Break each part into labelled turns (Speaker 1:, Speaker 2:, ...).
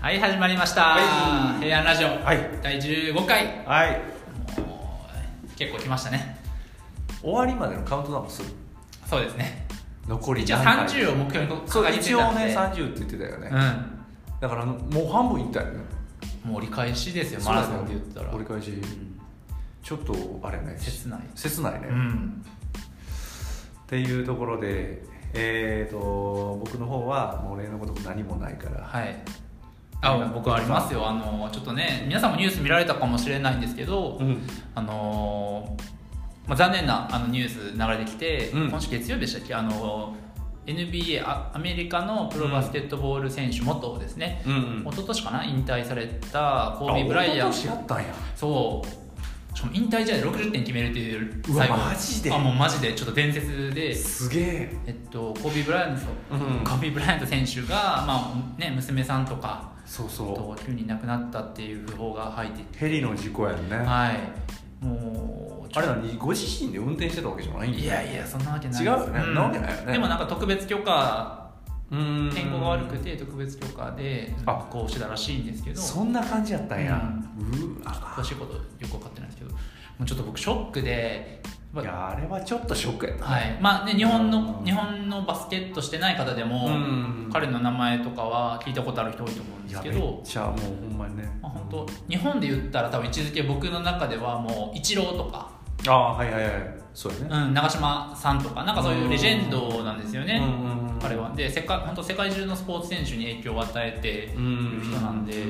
Speaker 1: はい始まりました、
Speaker 2: はい
Speaker 1: 平安ラジオ、
Speaker 2: はい
Speaker 1: 第15回
Speaker 2: はい
Speaker 1: もう結構来ましたね
Speaker 2: 終わりまでのカウントダウンする
Speaker 1: そうですね
Speaker 2: 残り
Speaker 1: 一応
Speaker 2: 何回
Speaker 1: 30を目標に掲
Speaker 2: そう
Speaker 1: げて
Speaker 2: 一
Speaker 1: た
Speaker 2: 応
Speaker 1: んで
Speaker 2: ね30って言ってたよね、
Speaker 1: う
Speaker 2: だからもう半分いったよね
Speaker 1: んもう折り返しですよマラソンって言ったら
Speaker 2: 折り返し
Speaker 1: うん
Speaker 2: ちょっとあれね
Speaker 1: 切ない
Speaker 2: 切ないね、
Speaker 1: う
Speaker 2: っ
Speaker 1: ん
Speaker 2: ていうところでえー、と僕の方はもう例のごとく何もないから
Speaker 1: はいあ僕ありますよあのちょっとね皆さんもニュース見られたかもしれないんですけど、
Speaker 2: うん
Speaker 1: あのーまあ、残念なあのニュース流れてきて、
Speaker 2: うん
Speaker 1: 今週月曜日でしたっけあの NBA あアメリカのプロバスケットボール選手元ですね、
Speaker 2: うん
Speaker 1: 一昨年かな引退されたコービー・ブライアン
Speaker 2: あ一昨年やったんや
Speaker 1: そうしかも引退試合で60点決めるっていう
Speaker 2: うわマジで
Speaker 1: あもうマジでちょっと伝説で、
Speaker 2: すげえ
Speaker 1: えっと、コービー・ブライアント、
Speaker 2: うん
Speaker 1: コービー・ブライアント選手が、まあね、娘さんとか
Speaker 2: そうそ
Speaker 1: と急に亡くなったっていう訃報が入って
Speaker 2: うヘリの事故やんねあ
Speaker 1: はいもうちょ
Speaker 2: れなにご自身で運転してたわけじゃないん
Speaker 1: いやいやそんなわけない
Speaker 2: 違うよね
Speaker 1: ん
Speaker 2: なわけないよね
Speaker 1: でもなんか特別許可
Speaker 2: うん
Speaker 1: 天候が悪くて特別許可で
Speaker 2: あ
Speaker 1: こうしてたらしいんですけど
Speaker 2: そんな感じやったんや、うわ
Speaker 1: 詳しいことよく分かってないんですけどもうちょっと僕ショックでやっ
Speaker 2: い
Speaker 1: ぱ
Speaker 2: やあれはちょっとショックやった、
Speaker 1: はいまあね、日本の
Speaker 2: うん
Speaker 1: 日本のバスケットしてない方でも
Speaker 2: うん
Speaker 1: 彼の名前とかは聞いたことある人多いと思うん
Speaker 2: い
Speaker 1: です
Speaker 2: や
Speaker 1: け
Speaker 2: めっ
Speaker 1: ど、
Speaker 2: ちゃもうほんまにね
Speaker 1: まあ、本当日本で言ったら多分位置づけ僕の中ではもうイチローとか
Speaker 2: ああはいはいはいそうやね、
Speaker 1: うん、長嶋さんとかなんかそういうレジェンドなんですよね、
Speaker 2: うんうんうん
Speaker 1: 彼はで世界本当世界中のスポーツ選手に影響を与えて
Speaker 2: う
Speaker 1: いる人なんで,で、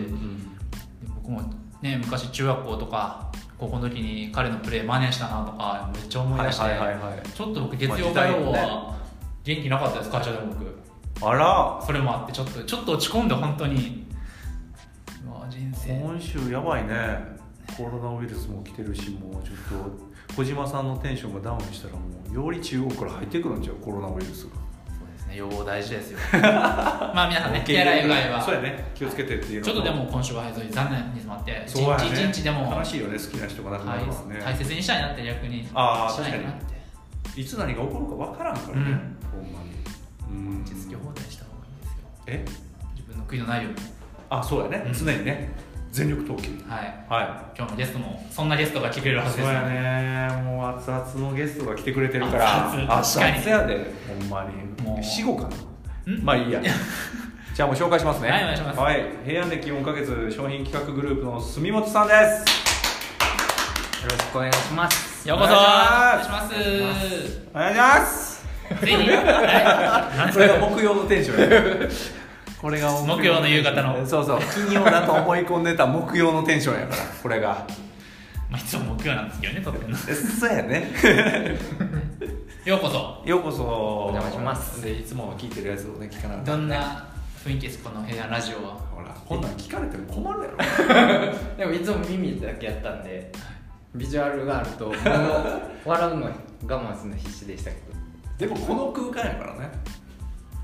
Speaker 1: 僕も、ね、昔中学校とか高校の時に彼のプレー真似したなとかめっちゃ思い
Speaker 2: はい
Speaker 1: 出して、
Speaker 2: はいはいはい
Speaker 1: ちょっと僕月曜
Speaker 2: まあ時
Speaker 1: 火
Speaker 2: 代
Speaker 1: 曜
Speaker 2: もね
Speaker 1: は元気なかったです会社でも僕
Speaker 2: あら
Speaker 1: それもあってちょっとちょっと落ち込んで本当にうわ人生
Speaker 2: 今週やばいねコロナウイルスも来てるしもうちょっと小島さんのテンションがダウンしたらもうより中央から入ってくるんちゃうコロナウイルスが
Speaker 1: そうですね予防大事ですよ まあ皆さんね手洗いうがいは
Speaker 2: そうやね気をつけてっていうの
Speaker 1: ちょっとでも今週は残念に詰まって、一
Speaker 2: そうや
Speaker 1: 日
Speaker 2: ね
Speaker 1: 一日でも、
Speaker 2: 悲しいよね好きな人が亡くなるのはね、
Speaker 1: 大大切にしたいなって逆にし
Speaker 2: あー
Speaker 1: ないなって
Speaker 2: い、つ何が起こるかわからんからね、ほんまにうん
Speaker 1: 実況放題した方がいいですよ
Speaker 2: え
Speaker 1: 自分の悔いのないように
Speaker 2: あそうやね、
Speaker 1: うん
Speaker 2: 常にね全力投球
Speaker 1: はい
Speaker 2: は
Speaker 1: 今日のゲストもそんなゲストが来てくれるはいず
Speaker 2: そ
Speaker 1: で
Speaker 2: う
Speaker 1: すよ
Speaker 2: やねもう熱々のゲストが来てくれてるから
Speaker 1: 熱々
Speaker 2: 熱々やでほんま
Speaker 1: もう
Speaker 2: に死後かなんまあいいやじゃあもう紹介しますね
Speaker 1: はいお願いします
Speaker 2: はい平安歴4ヶ月商品企画グループの住本さんです
Speaker 3: よろしくお願いします
Speaker 1: ようこそお
Speaker 2: お
Speaker 1: 願
Speaker 2: 願
Speaker 1: い
Speaker 2: い
Speaker 1: し
Speaker 2: し
Speaker 1: ます
Speaker 2: お願いします
Speaker 1: ぜひは
Speaker 2: これが木曜のテンションや これが
Speaker 1: 木曜の夕方の
Speaker 2: そうそう金曜だと思い込んでた木曜のテンションやからこれが
Speaker 1: いまあいつも木曜なんですけどね撮ってるの
Speaker 2: えそうやね
Speaker 1: ようこそ
Speaker 2: ようこそお
Speaker 3: 邪魔します
Speaker 2: でいつも聞いてるやつをね聞かな
Speaker 1: どんな雰囲気ですこの平安ラジオは
Speaker 2: ほらこんなん聞かれても困るやろ
Speaker 3: でもいつも耳だけやったんでビジュアルがある ともう笑うの我慢するの必死でしたけど
Speaker 2: でもこの空間やからね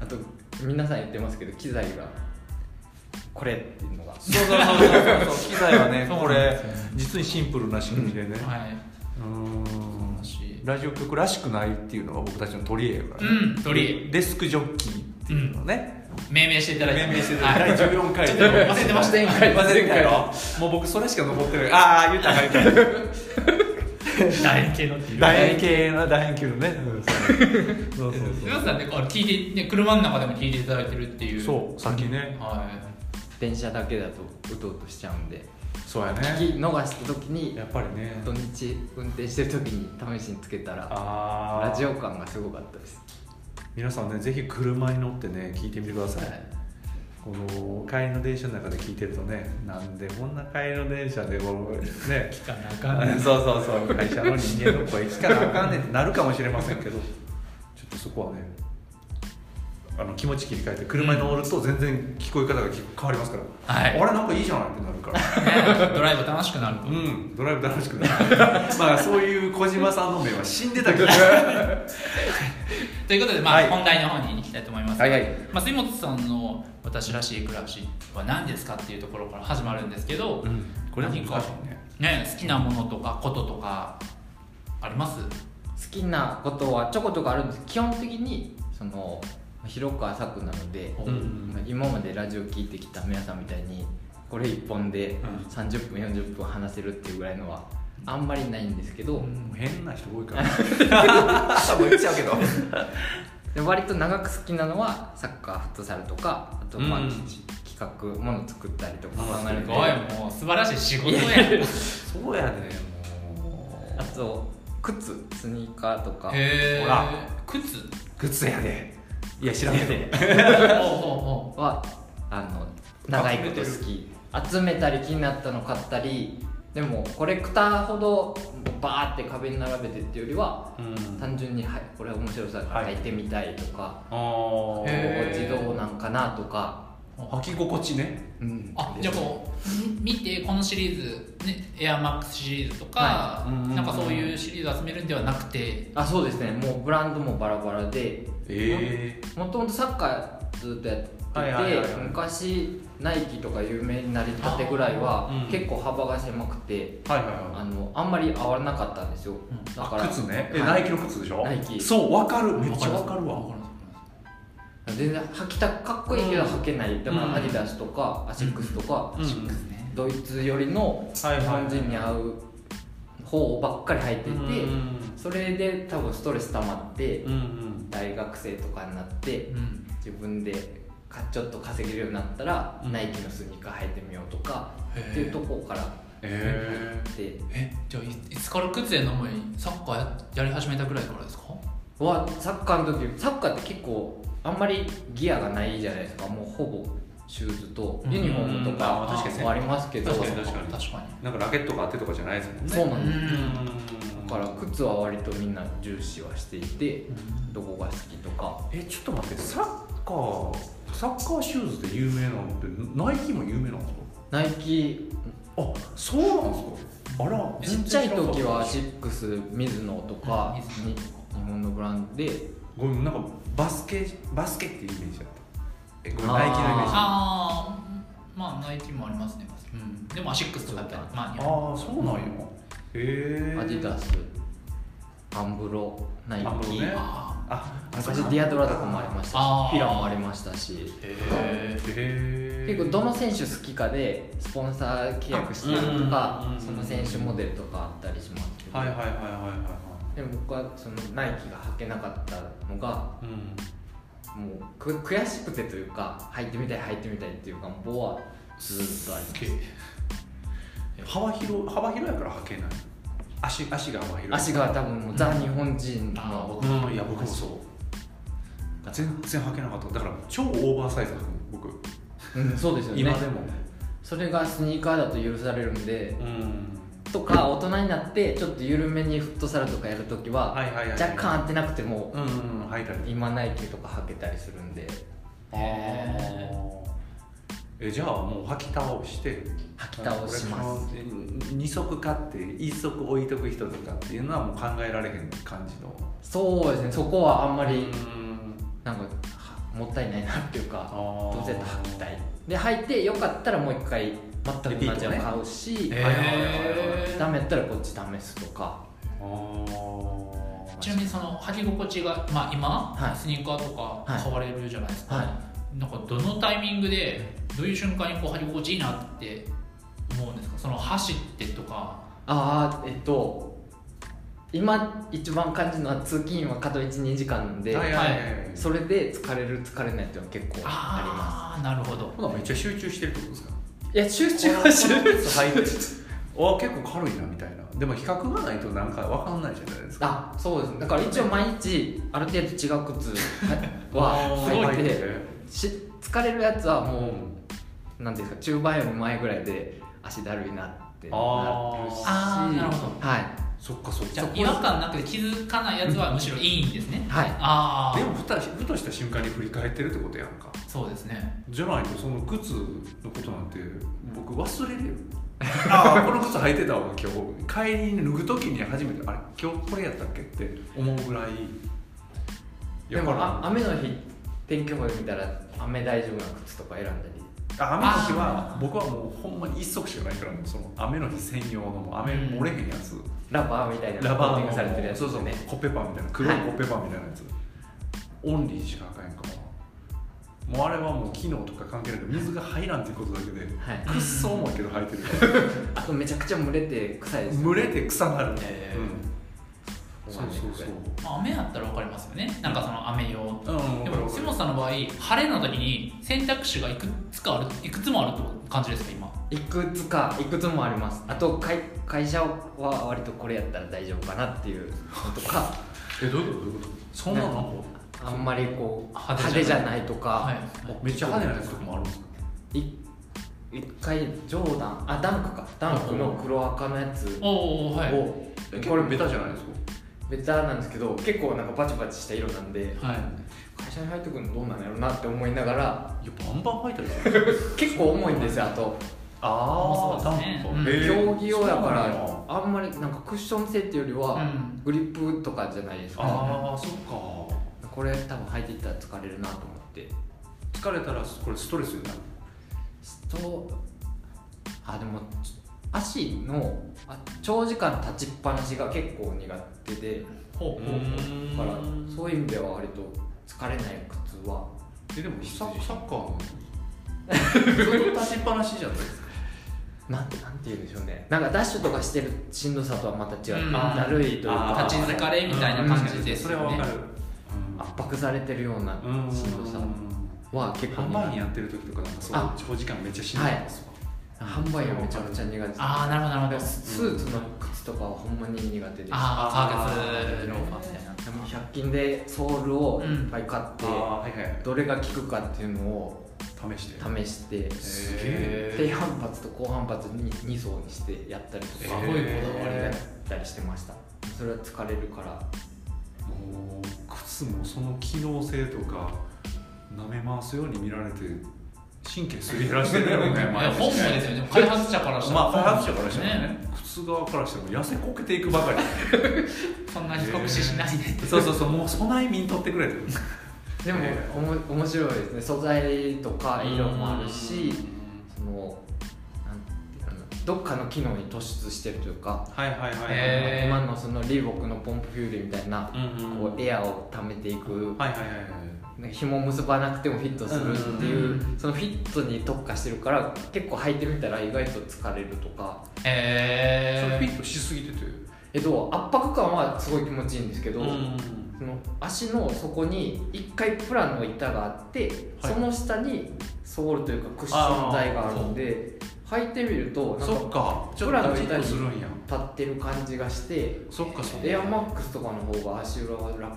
Speaker 3: あと皆さん言ってますけど機材がこれっていうのが
Speaker 2: そうそうそうそうそう機材はね
Speaker 1: そう
Speaker 2: これ実にシンプルな仕組みでね
Speaker 1: はいう
Speaker 2: ーん
Speaker 1: 楽しい
Speaker 2: ラジオ局らしくないっていうのが僕たちの取り柄やからね
Speaker 1: うん取り
Speaker 2: デスクジョッキーっていうのね
Speaker 1: 命名していただいて
Speaker 2: 命名してる
Speaker 1: はい
Speaker 2: 第14回
Speaker 1: ちょっと忘れてました
Speaker 3: 前回
Speaker 2: 忘れてたやろもう僕それしか残ってないああ言ったらあかん言ったらあかん
Speaker 1: 楕円形のっていう
Speaker 2: 楕円形の楕円球のねうんそうそうそう
Speaker 1: 皆さんね、これ聞いて、ね、車の中でも聞いていただいてるっていう。
Speaker 2: そうさっきね
Speaker 1: は
Speaker 3: 電車だけだとうとうとしちゃうんで
Speaker 2: そうや
Speaker 3: 聞き逃した時に
Speaker 2: やっぱりね
Speaker 3: 土日運転してる時に試しにつけたら
Speaker 2: あ
Speaker 3: ラ
Speaker 2: ラ
Speaker 3: ジ
Speaker 2: ジオ
Speaker 3: オ感がすごかったです
Speaker 2: 皆さんねぜひ車に乗ってね聞いてみてください、
Speaker 3: はい
Speaker 2: この帰りの電車の中で聞いてるとねなんでこんな帰りの電車でこのね
Speaker 1: い。聞かなあかんね
Speaker 2: そうそうそう会社の人間の声聞かなあかんねんってなるかもしれませんけどちょっとそこはねあの気持ち切り替えて車に乗ると全然聞こえ方が変わりますから、
Speaker 1: はい
Speaker 2: あれなんかいいじゃないってなるから
Speaker 1: ドライブ楽しくなると。
Speaker 2: うん、ドライブ楽しくなる まあそういう小島さんの目は死んでたけど
Speaker 1: ということで、まあ、
Speaker 2: はい
Speaker 1: 本題の方に行きたいと思います。
Speaker 2: はいはい
Speaker 1: まあ、杉本さんの私らしい暮らしは何ですかっていうところから始まるんですけど。
Speaker 2: うんこれは難しいね
Speaker 1: ね、好きなものとか、こととか。あります。
Speaker 3: 好きなことはちょこちょこあるんです基本的にその広く浅くなので、
Speaker 1: うん
Speaker 3: まあ今までラジオ聞いてきた皆さんみたいにこれ一本で
Speaker 2: うん
Speaker 3: 30分40分話せるっていうぐらいのはあんまりないんですけど、
Speaker 2: もう変な人多いから多分言っちゃうけど
Speaker 3: で割と長く好きなのはサッカーフットサルとかあとまあ、
Speaker 2: うん
Speaker 3: 企企画もの作ったりとか考える
Speaker 1: す
Speaker 3: と
Speaker 1: ごい
Speaker 3: あ
Speaker 1: もう素晴らしい仕事や
Speaker 2: そうやねもう
Speaker 3: と靴スニーカーとか
Speaker 1: へえ
Speaker 2: ほら
Speaker 1: 靴
Speaker 2: 靴やでいや知 らんけ
Speaker 1: ほうほう
Speaker 2: ど
Speaker 1: ほ
Speaker 3: はあの長いこと好き集めたり気になったの買ったりでもコレクターほどバーって壁に並べてっていうよりは
Speaker 2: うん
Speaker 3: 単純に、はい、これ面白さが
Speaker 2: は
Speaker 3: 書
Speaker 2: い
Speaker 3: いてみたいとか、
Speaker 2: あ
Speaker 1: へ
Speaker 2: ー
Speaker 1: ー
Speaker 3: 心地どうなんかなとか、
Speaker 2: 履き心地ね
Speaker 3: うん
Speaker 1: あじゃあこう見てこのシリーズ、ね、エアマックスシリーズとか、
Speaker 3: は
Speaker 2: うんうんうん
Speaker 1: なんかそういうシリーズ集めるんではなくて
Speaker 3: あそうですねもうブランドもバラバラで
Speaker 2: え
Speaker 3: もともとサッカーずっとやってて、
Speaker 2: はいはいはいはい
Speaker 3: 昔ナイキとか有名になりたてぐらいは
Speaker 2: あうん
Speaker 3: 結構幅が狭くて
Speaker 2: えはいはい
Speaker 3: あ
Speaker 2: はい
Speaker 3: のあんまり合わなかったんですよ、
Speaker 1: ん
Speaker 3: だから
Speaker 2: あ靴ねえ
Speaker 3: はい
Speaker 2: ナイキの靴でしょ
Speaker 3: ナイキ
Speaker 2: そうわかるめっちゃわかるわ
Speaker 3: 全然履きたかっこいいけど履けない、だか
Speaker 2: うん
Speaker 3: らアディダスとかアシックスとか、
Speaker 2: うん
Speaker 1: シックスね
Speaker 3: ドイツ寄りの日
Speaker 2: はいはい
Speaker 3: 本人に合う方ばっかり履いてて、
Speaker 2: うん
Speaker 3: それで多分ストレス溜まって、
Speaker 2: うんうん
Speaker 3: 大学生とかになって
Speaker 1: うん
Speaker 3: 自分でかちょっと稼げるようになったら、
Speaker 2: うん
Speaker 3: ナイキのスニーカー履いてみようとか
Speaker 1: へー
Speaker 3: っていうところから
Speaker 2: え
Speaker 3: で
Speaker 1: えじゃあいいつから靴への思いサッカーややり始めたぐらいからですか
Speaker 3: はサッカーの時サッカーって結構あんまりギアがないじゃないですかもうほぼシューズとユニフォームと
Speaker 2: うん
Speaker 3: か
Speaker 2: あ確かにね
Speaker 3: ありますけど
Speaker 2: 確かに確かに
Speaker 1: 確かに
Speaker 2: なんかラケットがあってとかじゃないですもんね
Speaker 3: そうなん
Speaker 1: う
Speaker 3: で
Speaker 2: うん
Speaker 3: すだから靴は割とみんな重視はしていてどこが好きとか
Speaker 2: えちょっと待ってサッカーサッカーシューズで有名なのってナイキも有名なんですか
Speaker 3: ナイキ
Speaker 2: あそうなんですかあら
Speaker 3: ちっちゃい時はアシ
Speaker 2: 全然知らなかっ
Speaker 3: ックスミズノとか
Speaker 1: うんミズノ
Speaker 3: に日本のブランドで
Speaker 2: たごめんなんかバスケバスケっていうイメージだったえごめん
Speaker 3: あー
Speaker 2: ナイキのイメージ
Speaker 1: あ
Speaker 2: あ
Speaker 1: あまあナイキもありますね、うん、でもアシックスとかだったら
Speaker 3: そう
Speaker 1: まあ日本
Speaker 2: あーそうなんやへえ
Speaker 3: アディダ
Speaker 2: ス
Speaker 3: スアンブロナイ
Speaker 2: アンブロ
Speaker 3: キ
Speaker 2: ね
Speaker 1: あ
Speaker 2: あ
Speaker 3: 昔ディアドラとかもありましたし
Speaker 1: あー
Speaker 3: フィラもありましたし
Speaker 1: ーへえ
Speaker 2: すへえ
Speaker 3: 結構どの選手好きかでスポンサー契約してるとか
Speaker 2: うんうん
Speaker 3: その選手モデルとかあったりしますけど、
Speaker 2: はいはいはいはいはい
Speaker 3: でも僕はそのナイキが履けなかったのが
Speaker 2: はいうん
Speaker 3: もうく悔しくてというか履いてみたい履いてみたいっていう願望はずっとあります
Speaker 2: 幅広幅広やから履けない足足が幅広い
Speaker 3: 足が多分もうザ日本人の
Speaker 2: うんいや僕もそう全然履けなかっただから超オーバーサイズだと思う僕
Speaker 3: うん、そうですよね
Speaker 2: 今でも
Speaker 3: それがスニーカーだと許されるんで
Speaker 2: うん
Speaker 3: とか大人になってちょっと緩めにフットサルとかやるときは
Speaker 2: はいはいはいはい
Speaker 3: 若干合ってなくても
Speaker 2: うんうん履いたり
Speaker 3: 今ナイキとか履けたりするんで
Speaker 2: あーえじゃあもう履き倒して
Speaker 3: 履き倒します
Speaker 2: これ二足買って一足置いとく人とかっていうのはもう考えられへん感じの
Speaker 3: そうですねそこはあんま
Speaker 2: う
Speaker 3: り
Speaker 2: ん
Speaker 3: なんかはもったいないなっていう
Speaker 2: あ
Speaker 3: か
Speaker 2: ー
Speaker 3: どうせやったら履きたいで履いてよかったらもう一回全く同じの買うし、
Speaker 2: リピートね
Speaker 1: へ
Speaker 2: はいはいはい
Speaker 1: え
Speaker 3: ダメやったらこっち試すとか
Speaker 2: あー
Speaker 1: ちなみにその履き心地が、まあ、今、
Speaker 3: はい
Speaker 1: スニーカーとか
Speaker 3: はい
Speaker 1: 買われるじゃないですか、
Speaker 3: は
Speaker 1: なんかどのタイミングでどういう瞬間にこう履き心地いいなって思うんですかその走ってとか
Speaker 3: ああえっと今一番感じるのは通勤は片道2時間なんで、
Speaker 2: はいはいはいはい
Speaker 3: それで疲れる疲れないっていうのは結構ありま
Speaker 1: ああなるほど
Speaker 2: ほなめっちゃ集中してるってことですか
Speaker 3: すいや集中は集中
Speaker 2: はい あ結構軽いなみたいなでも比較がないとなんか分かんないじゃないですか
Speaker 3: あそうですねだから一応毎日ある程度違う靴
Speaker 2: あ
Speaker 3: は
Speaker 2: ー
Speaker 3: 履い
Speaker 2: すごい
Speaker 3: て
Speaker 2: ね
Speaker 3: し疲れるやつは
Speaker 2: う
Speaker 3: も
Speaker 2: ん
Speaker 3: う何ていうんですか中盤より前ぐらいで足だるいなってな
Speaker 2: あ
Speaker 3: る
Speaker 2: ー
Speaker 3: し
Speaker 1: あーなるほ
Speaker 3: はい
Speaker 2: そっかそっか
Speaker 1: じゃあ違和感なくて気づかないやつはむしろいいんですね、
Speaker 3: はい
Speaker 1: ああ
Speaker 2: でもふたふとした瞬間に振り返ってるってことやんか
Speaker 1: そうですね
Speaker 2: じゃないとその靴のことなんて僕忘れる よああこの靴履いてたわ今日帰りに脱ぐ時に初めてあれ今日これやったっけって思うぐらい
Speaker 3: でも
Speaker 2: やから
Speaker 3: あ雨の日天気予報で見たら雨大丈夫な靴とか選んだり
Speaker 2: あ雨の日
Speaker 1: あ
Speaker 2: は
Speaker 1: ー
Speaker 2: 僕はもうほんまに一足しかないからもうその雨の日専用のもう雨漏れへんやつ、
Speaker 3: ラバーみたいな
Speaker 2: ラバ
Speaker 3: コ
Speaker 2: ー
Speaker 3: ーティン
Speaker 2: の
Speaker 3: グされてるやつ
Speaker 2: そう
Speaker 3: です
Speaker 2: そう
Speaker 3: ね
Speaker 2: コッペパンみたいな黒いコッペパンみたいなやつ、オンリーしかあかんやんかももうあれはもう機能とか関係なく水が入らんっていうことだけで
Speaker 3: はい
Speaker 2: くっそ重いけど生えてる
Speaker 3: あとめちゃくちゃ蒸れて臭いです
Speaker 2: 群れて草なるね、
Speaker 3: え
Speaker 2: うん、
Speaker 3: ー
Speaker 2: そうそうそう
Speaker 1: まあ雨だったら分かりますよねなんかその雨用
Speaker 2: うん
Speaker 1: でも杉本さんの場合晴れの時に選択肢がいくつかあるいくつもあるって感じですか今
Speaker 3: いくつかいくつもありますあと会会社は割とこれやったら大丈夫かなっていうのとか
Speaker 2: えどういうことどういうことそんなの
Speaker 3: あんまりこう
Speaker 1: 派
Speaker 3: 派
Speaker 1: 手
Speaker 3: 手
Speaker 1: じ
Speaker 3: じ
Speaker 1: ゃ
Speaker 3: ゃ
Speaker 1: ない
Speaker 3: ないとか、
Speaker 1: はい
Speaker 2: めっちゃ派手なやつとかもあるんですか
Speaker 3: い一回ジョーダンあダンクかダンクの黒赤のやつを、
Speaker 1: おおはい
Speaker 2: えこれベタじゃないですか
Speaker 3: ベタなんですけど結構なんかバチバチした色なんで
Speaker 1: はい
Speaker 3: 会社に入ってくるのどうなんやろうなって思いながら
Speaker 2: いやバンバン入ってる
Speaker 3: 結構重いんですよあと
Speaker 2: あ
Speaker 1: ー
Speaker 2: ダン
Speaker 1: ダ
Speaker 2: プ
Speaker 1: ンプ
Speaker 3: 競技用だからあんまりなんかクッション性っていうよりは、
Speaker 1: うん
Speaker 3: グリップとかじゃないですか
Speaker 2: ああそっか
Speaker 3: これ多分履いていったら疲れるなと思って
Speaker 2: 疲れたらこれストレスになる
Speaker 3: ストあでもち足のあ長時間立ちっぱなしが結構苦手で
Speaker 1: ほうほうほう
Speaker 3: だからそういう意味では割と疲れない靴は
Speaker 2: えでもサ ッサッカーずっと立ちっぱなしじゃないですか
Speaker 3: なんなんて言うんでしょうねなんかダッシュとかしてるしんどさとはまた違う、
Speaker 1: うん
Speaker 3: だるいという
Speaker 2: あ
Speaker 3: か
Speaker 2: ー
Speaker 1: 立ち疲れみたいな感じです
Speaker 2: そ
Speaker 1: よね
Speaker 2: れはわかる
Speaker 3: 圧迫されてるような
Speaker 2: うん
Speaker 3: しんどさは結構
Speaker 2: 販売員やってる時とかなんかそう
Speaker 3: あ
Speaker 2: 長時間めっちゃしんどいですわ
Speaker 3: 販売員はめちゃくちゃ苦手です
Speaker 1: ああなるほどなるほど
Speaker 3: スーツの靴とかはほんまに苦手です
Speaker 1: ああ革
Speaker 2: あ
Speaker 1: 靴
Speaker 2: ー
Speaker 1: ローファーみたいな
Speaker 3: でも100均でソールをいっぱい買って、
Speaker 2: あーはいはい
Speaker 3: どれが効くかっていうのを
Speaker 2: 試して
Speaker 3: 試して
Speaker 2: すげ
Speaker 1: え
Speaker 3: 低反発と高反発に2層にしてやったりとか
Speaker 1: すごいこだわり
Speaker 3: や
Speaker 2: え
Speaker 3: ったりしてましたそれは疲れるから
Speaker 2: もう靴もその機能性とか舐め回すように見られて神経すり減らしてるよね
Speaker 1: いや
Speaker 2: 毎日
Speaker 1: 本部ですよね開発者からしたら
Speaker 2: まあ開発者からしたらね
Speaker 1: ね
Speaker 2: 靴側からしても痩せこけていくばかり
Speaker 1: そんな比較視しないで
Speaker 2: そうそうそうもう備え身に取ってくれて
Speaker 3: でも、
Speaker 2: え
Speaker 3: おも面白いですね素材とか色もあるし
Speaker 2: うん
Speaker 3: そのなんていうのどっかの機能に突出してるというか、
Speaker 2: はいはいはいはい、
Speaker 1: えへー
Speaker 3: 今のそのリーボックのポンプフューリーみたいな、
Speaker 2: うんうん
Speaker 3: こうエアを溜めていく
Speaker 2: はいはいはいはい
Speaker 3: なんか紐結ばなくてもフィットするっていう、
Speaker 1: うん
Speaker 3: そのフィットに特化してるから結構履いてみたら意外と疲れるとか
Speaker 1: え
Speaker 2: それ
Speaker 1: ー
Speaker 2: フィットしすぎてて
Speaker 3: えっと圧迫感はすごい気持ちいいんですけど、
Speaker 2: うん
Speaker 3: その足の底に一回プランの板があって、
Speaker 2: はい
Speaker 3: その下にソールというかクッション材があるんで履いてみるとなんか
Speaker 2: そっかちょっ
Speaker 3: プラ
Speaker 2: と
Speaker 3: の
Speaker 2: フィッ
Speaker 3: 板
Speaker 2: ト
Speaker 3: に
Speaker 2: するんや
Speaker 3: 立ってる感じがして
Speaker 2: そっかそっか
Speaker 3: エアマックスとかの方が足裏は楽やな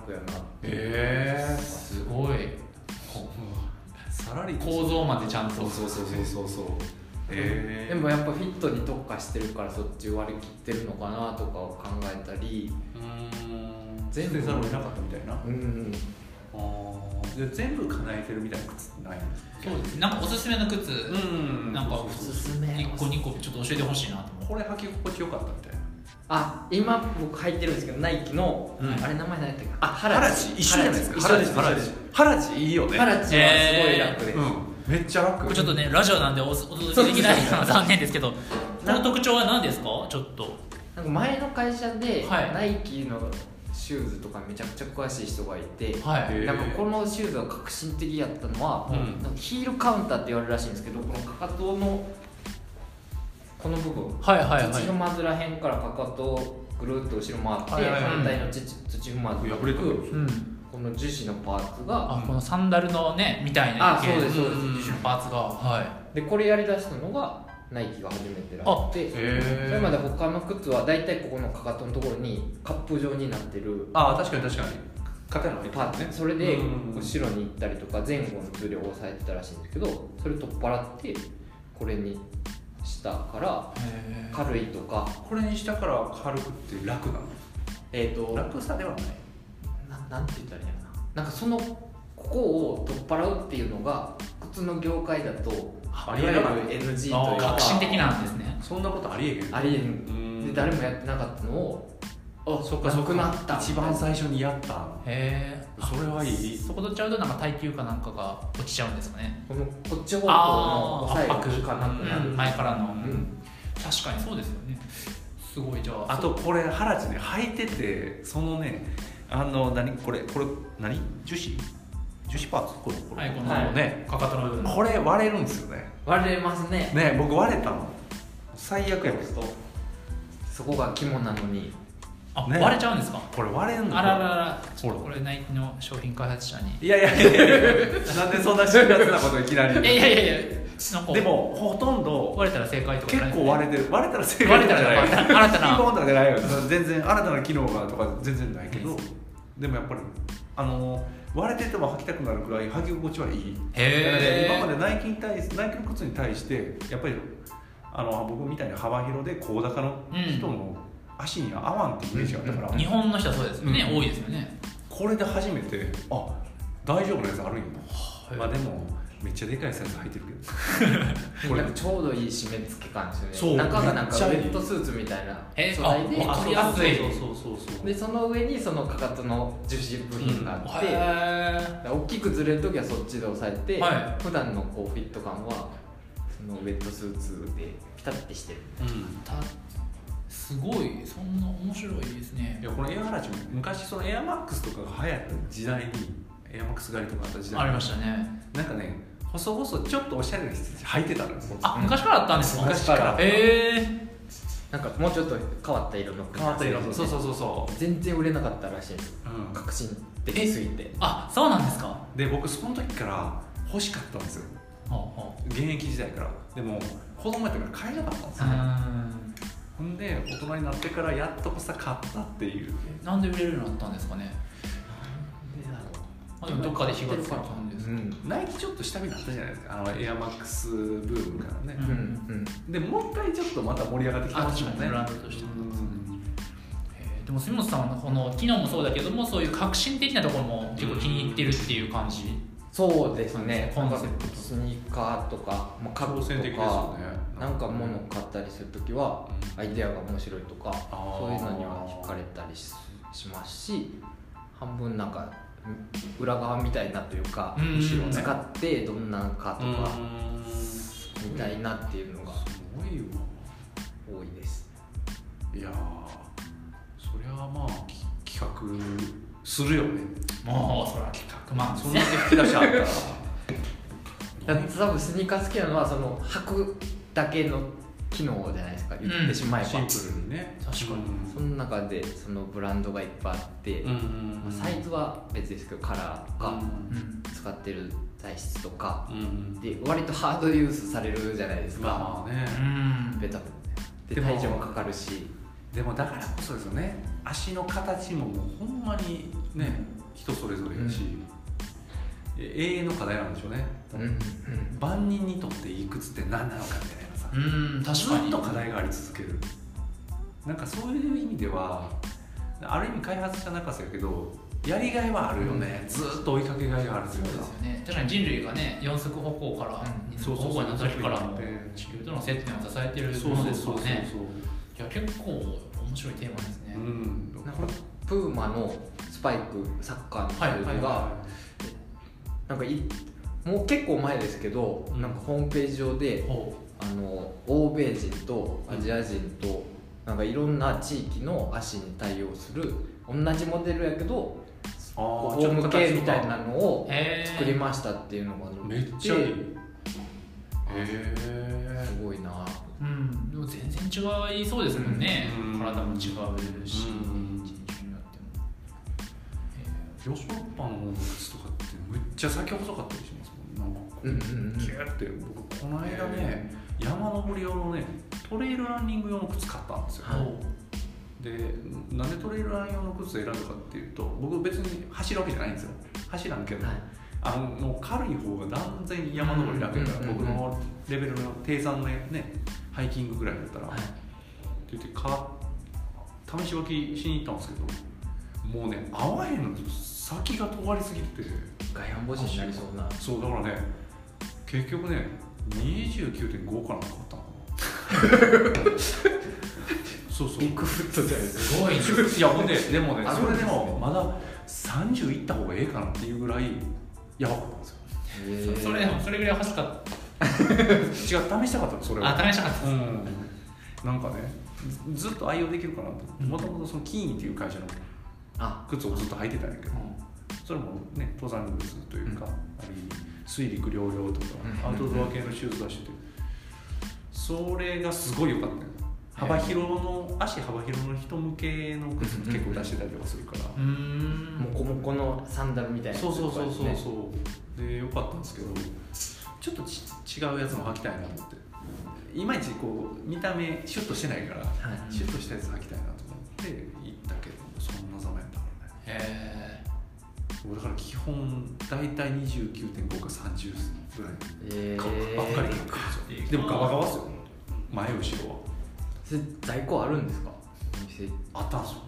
Speaker 2: えー
Speaker 1: すごい
Speaker 2: さらりと
Speaker 1: 構造までちゃん
Speaker 2: そう
Speaker 1: と
Speaker 2: そうそうそうそうそうえ
Speaker 3: でもやっぱフィットに特化してるからそっち割り切ってるのかなとかを考えたり
Speaker 2: うん
Speaker 3: 全
Speaker 2: 全
Speaker 3: 部
Speaker 2: 部ざるを得なかったみたいな
Speaker 3: うん
Speaker 2: あ全部叶えてるみたいな靴ってないんです
Speaker 1: そうですなんかおすすめの靴
Speaker 2: ん
Speaker 1: なんか
Speaker 2: そう
Speaker 3: お
Speaker 2: そうそ
Speaker 3: す
Speaker 2: う
Speaker 3: すめ
Speaker 1: 一個二個ちょっと教えてほしいなと思って
Speaker 2: これ履き心地よかったみたいな
Speaker 3: あ今僕履いてるんですけどナイキの、
Speaker 2: うん
Speaker 3: あれ名前何やったっけあ
Speaker 2: ハラチ一緒じゃないですかハラチ
Speaker 3: ハ
Speaker 2: ハ
Speaker 3: ラ
Speaker 2: ラ
Speaker 3: チ
Speaker 2: チハラチいいよね
Speaker 3: ハラチはすごい楽です、
Speaker 2: うんめっちゃ楽
Speaker 1: これちょっとねラジオなんでおお届けできないのは残念です けどこの特徴は何ですかちょっと
Speaker 3: なんか前の会社で、
Speaker 1: はい
Speaker 3: ナイキのシューズとかめちゃくちゃ詳しい人がいて、
Speaker 1: はい
Speaker 2: へー
Speaker 3: なんかこのシューズが革新的やったのは、
Speaker 2: うん
Speaker 3: なんかヒールカウンターって言われるらしいんですけどこのかかとのこの部分
Speaker 1: はいはいはい
Speaker 3: 土踏まずらへんからかかとをぐるっと後ろ回って、
Speaker 2: はいはいはい
Speaker 3: 反対の土土踏まず
Speaker 2: 破れた
Speaker 3: く
Speaker 1: うん
Speaker 3: この樹脂のパーツが
Speaker 1: あこのサンダルのねみたいな
Speaker 3: あそうですそうです
Speaker 1: ん樹脂のパーツがはい
Speaker 3: でこれやりだしたのがナイキが初めてらしくて
Speaker 2: え
Speaker 3: それまで他の靴は大体ここのかかとのところにカップ状になってる
Speaker 2: ああ確かに確かに肩の入
Speaker 3: パーツねそれで
Speaker 2: うん
Speaker 3: 後ろに行ったりとか前後のズレを抑えてたらしいんですけどそれ取っ払ってこれにしたから
Speaker 1: へー
Speaker 3: 軽いとか
Speaker 2: これにしたから軽くって楽な
Speaker 3: えっ、
Speaker 2: の
Speaker 3: と
Speaker 2: 楽さではない
Speaker 3: ななんて言ったらいいのかななんかそのここを取っ払うっていうのが靴の業界だと
Speaker 2: あ
Speaker 3: いわゆる NG という
Speaker 2: あー
Speaker 3: か
Speaker 1: 革新的なんですね
Speaker 2: そんなことありえへん
Speaker 3: ありえん
Speaker 2: ん
Speaker 3: で誰もやってなかったのを
Speaker 2: あそっかそっ
Speaker 3: なくなった
Speaker 2: か一番最初にやった
Speaker 1: へえ
Speaker 2: それはいい
Speaker 1: そこ取っちゃうとなんか耐久かなんかが落ちちゃうんですかね
Speaker 3: このこっち方向の
Speaker 1: あー
Speaker 3: 抑えが効かなくなる、
Speaker 1: うん前からの、
Speaker 3: ん
Speaker 1: 確かにそうですよねすごいじゃあ
Speaker 2: あとこれハラチね履いててそのねあの何これこれ何樹脂樹樹脂パーツこれこれ、
Speaker 1: はいこの、
Speaker 3: はい
Speaker 2: ね
Speaker 1: かかとの部分
Speaker 2: これ割れるんですよね
Speaker 3: 割れますね
Speaker 2: ね僕割れたの最悪やもん
Speaker 3: そうそこが肝なのに
Speaker 1: あ、
Speaker 2: ね
Speaker 1: 割れちゃうんですか
Speaker 2: これ割れんの
Speaker 1: あらららちょっと
Speaker 2: ほ
Speaker 1: こ
Speaker 2: ら
Speaker 1: れナイキの商品開発者 に
Speaker 2: いやいやいやいや なんでそんな辛辣なこといきなり
Speaker 1: いやいやいやいやなんか
Speaker 2: でもほとんど
Speaker 1: 割れたら正解とかじゃな
Speaker 2: 結
Speaker 1: い
Speaker 2: 構割れてる割れたら正解
Speaker 1: 割れた ら
Speaker 2: じゃな
Speaker 1: 新
Speaker 2: い
Speaker 1: たな
Speaker 2: キーボードとかじゃないよ全然新たな機能がとか全然ないけどでもやっぱりあの割れてても履きたくなるくらい履き心地はいい
Speaker 1: へー
Speaker 2: だから今までナイキに対しナイキの靴に対してやっぱりあの僕みたいに幅広で高高の人の足に合わんってイメージがあったから、
Speaker 1: 日本の人はそうですよね、
Speaker 2: うん
Speaker 1: 多いですよね
Speaker 2: これで初めてあ大丈夫なやつあるんや
Speaker 1: はい
Speaker 2: まあでもめっちゃでかいサイズ履いてるけどこ
Speaker 3: な
Speaker 2: れ
Speaker 3: んかちょうどいい締め付け感です
Speaker 2: そ
Speaker 3: よ
Speaker 2: う
Speaker 3: ね中がなん
Speaker 2: めっち
Speaker 3: か
Speaker 2: ゃ
Speaker 3: ウ
Speaker 2: いい
Speaker 3: ェットスーツみたいな
Speaker 1: え
Speaker 3: 素材で
Speaker 1: あわかりやすい
Speaker 2: そうそうそうそう
Speaker 3: でその上にそのかかとの樹脂部品があって、だか
Speaker 1: へ
Speaker 3: ら大きくずれる時はそっちで押さえて、
Speaker 1: は
Speaker 3: 普段のこうフィット感はそのウェットスーツでピタッてしてる
Speaker 2: うん
Speaker 1: たすごいそんな面白いですね
Speaker 2: いやこのエアラジも昔そのエアマックスとかが流行った時代にエアマックス狩りとかあった時代
Speaker 1: ありましたね
Speaker 2: たなんかね細々ちょっとおしゃれな人たち履いてたのよ僕
Speaker 1: あ昔からあったんですか
Speaker 2: 昔から
Speaker 1: ええ
Speaker 3: なんかもうちょっと変わった色の
Speaker 2: 変わった色のそうそううそうそ
Speaker 3: 全然売れなかったらしいです
Speaker 2: う、うん
Speaker 3: 革新的すぎて
Speaker 1: あそうなんですかは
Speaker 2: で僕その時から欲しかったんですよ
Speaker 1: あは
Speaker 2: 現役時代からでも子供やったから買えなかったんですよ、
Speaker 1: あう
Speaker 2: ほんで大人になってからやっとこさ買ったっていう
Speaker 1: ーんなんで売れるようになったんですかねあでもどっかで火がついたんです
Speaker 3: う
Speaker 1: か
Speaker 3: ん
Speaker 2: ナイキちょっと下火になったじゃないですかあのエアマックスブームからね
Speaker 1: う
Speaker 3: うんんうん
Speaker 2: でもう一回ちょっとまた盛り上がってきて
Speaker 1: あ
Speaker 2: ま
Speaker 1: 確
Speaker 2: す
Speaker 1: か
Speaker 2: も
Speaker 1: に
Speaker 2: んね
Speaker 1: ブランドとして
Speaker 2: うん
Speaker 1: えーでも杉本さんはこの機能もそうだけどもそういう革新的なところも結構気に入ってるっていう感じ
Speaker 3: そうですね
Speaker 1: コンセプト
Speaker 3: スニーカーとか、まあ、家具
Speaker 2: 挑
Speaker 3: と
Speaker 2: 戦的ですよ
Speaker 3: か、
Speaker 2: ね
Speaker 3: なんか物を買ったりする時は
Speaker 2: う
Speaker 3: アイデアが面白いとか
Speaker 2: あー
Speaker 3: そういうのには惹かれたりししますし半分なんかう裏側みたいなというか
Speaker 1: うん
Speaker 3: 後ろを使ってどんなんかと
Speaker 2: うん
Speaker 3: か
Speaker 2: す
Speaker 3: みたいなっていうのが
Speaker 2: ごいわ
Speaker 3: 多いです
Speaker 2: いやーそりゃまあき企画するよね
Speaker 1: もうそら企画マンです
Speaker 2: そん
Speaker 1: ね
Speaker 2: な引き出しあったら
Speaker 3: だって多分スニーカー好きなのはその履くだけの機能じゃないですか言ってしまえば、
Speaker 2: シンプルにね
Speaker 1: 確かに
Speaker 3: その中でそのブランドがいっぱいあって、
Speaker 2: うんうん
Speaker 3: まあサイズは別ですけどカラーとか
Speaker 1: うん
Speaker 3: 使ってる材質とか
Speaker 2: うんうん
Speaker 3: で割とハードユースされるじゃないですか、
Speaker 2: まあね
Speaker 1: うん
Speaker 3: ベタで
Speaker 2: でも
Speaker 3: 体重もかかるし
Speaker 2: でもだからこそですよね足の形ももうほんまにね人それぞれやし、え永遠の課題なんでしょうね
Speaker 3: うんうん
Speaker 2: 万人にとっていい靴って何なのかみたいなさ
Speaker 1: うん確か
Speaker 2: ずっ
Speaker 1: に
Speaker 2: と課題があり続けるなんかそういう意味ではある意味開発者泣かせやけどやりがいはあるよね、ずっと追いかけがいがあると
Speaker 1: そ
Speaker 2: いう
Speaker 1: で
Speaker 2: うか
Speaker 1: すよね確かに人類がね四足歩行から
Speaker 3: うん
Speaker 1: 二足歩行になった時から
Speaker 2: そうそうそう
Speaker 1: 地球との接点を支えてる
Speaker 2: そう
Speaker 1: もの
Speaker 2: そ
Speaker 1: で
Speaker 2: う
Speaker 1: す
Speaker 2: そ
Speaker 1: か
Speaker 2: うそ
Speaker 1: ら
Speaker 2: う
Speaker 1: ねいや結構面白いテーマですね
Speaker 2: うん
Speaker 3: なんかプーマのスパイクサッカーのシ
Speaker 1: は
Speaker 3: ュ
Speaker 1: い
Speaker 3: ーズがなんかいもう結構前ですけど、
Speaker 2: うん
Speaker 3: なんかホームページ上で
Speaker 1: ほ
Speaker 3: あの欧米人とアジア人と、なんかいろんな地域の足に対応する同じモデルやけど
Speaker 2: あ
Speaker 3: こ
Speaker 2: ー
Speaker 3: う
Speaker 2: ちょ
Speaker 3: ホー
Speaker 2: っと
Speaker 3: ム
Speaker 2: 形が
Speaker 3: 系みたいなのを
Speaker 1: うへえ
Speaker 3: 作りましたっていうのが
Speaker 2: めっちゃいいへえ
Speaker 3: すごいな
Speaker 1: うんでも全然違いそうですもんね
Speaker 2: うん
Speaker 1: 体も違うし
Speaker 2: うん
Speaker 1: 一日によってもえ
Speaker 2: ヨーロッパの靴とかってむっちゃ先細かったりしますもんなんかこう、
Speaker 3: うんうんうん
Speaker 2: キューって僕この間ね山登り用のねトレイルランニング用の靴買ったんですよ、
Speaker 1: ー
Speaker 3: はい
Speaker 1: ほう
Speaker 2: でなんでトレイルラン用の靴を選んだかっていうと僕別に走るわけじゃないんですよ走らんけど、
Speaker 3: はい
Speaker 2: あの軽い方が断然山登り楽やから、
Speaker 3: うんうんうん
Speaker 2: 僕のレベルの低山のねハイキングぐらいだったら、
Speaker 3: は
Speaker 2: って言ってか試し履きしに行ったんですけどもうね合わへんのですよ先が尖りすぎて
Speaker 3: 外反母趾になりそうな
Speaker 2: そうだからね結局ね29.5からなかったの そうそう
Speaker 3: ビッグフットじゃないですか
Speaker 1: すごいね
Speaker 2: いやほんででもね
Speaker 3: あ
Speaker 2: それでもまだ30いった方がええかなっていうぐらいやばかったんで
Speaker 1: そそれそれぐらい欲しかっ
Speaker 2: すよ違う試したかったのそれは
Speaker 1: たあ試したかった
Speaker 2: うんなんかねずずっと愛用できるかなともともとそのキーンっていう会社の
Speaker 3: あ
Speaker 2: 靴をずっと履いてたんやけど、それもね登山靴というか、
Speaker 1: うん
Speaker 2: ある意味水陸両用とか、
Speaker 1: うん
Speaker 2: アウトドア系のシューズ出してて、それがすごい良かったよ幅広の足幅広の人向けの靴結構出してたりとかするから、
Speaker 1: うーん
Speaker 3: モコモコのサンダルみたいなやつ
Speaker 2: そうそうそうそう
Speaker 3: ね
Speaker 2: そう、で良かったんですけどちょっとち違うやつも履きたいなと思っていまいちこう見た目シュッとしてないから、
Speaker 3: はい
Speaker 2: シュッとしたやつ履きたいなと思って行ったけどそんなざまやったからね
Speaker 1: へ
Speaker 2: 俺だから基本大体29.5か30ぐらい
Speaker 3: えー、
Speaker 2: ばっかり買ってるんですよでもガバガバっすよ前後ろは
Speaker 3: それ在庫あるんですかお店
Speaker 2: あったんですよ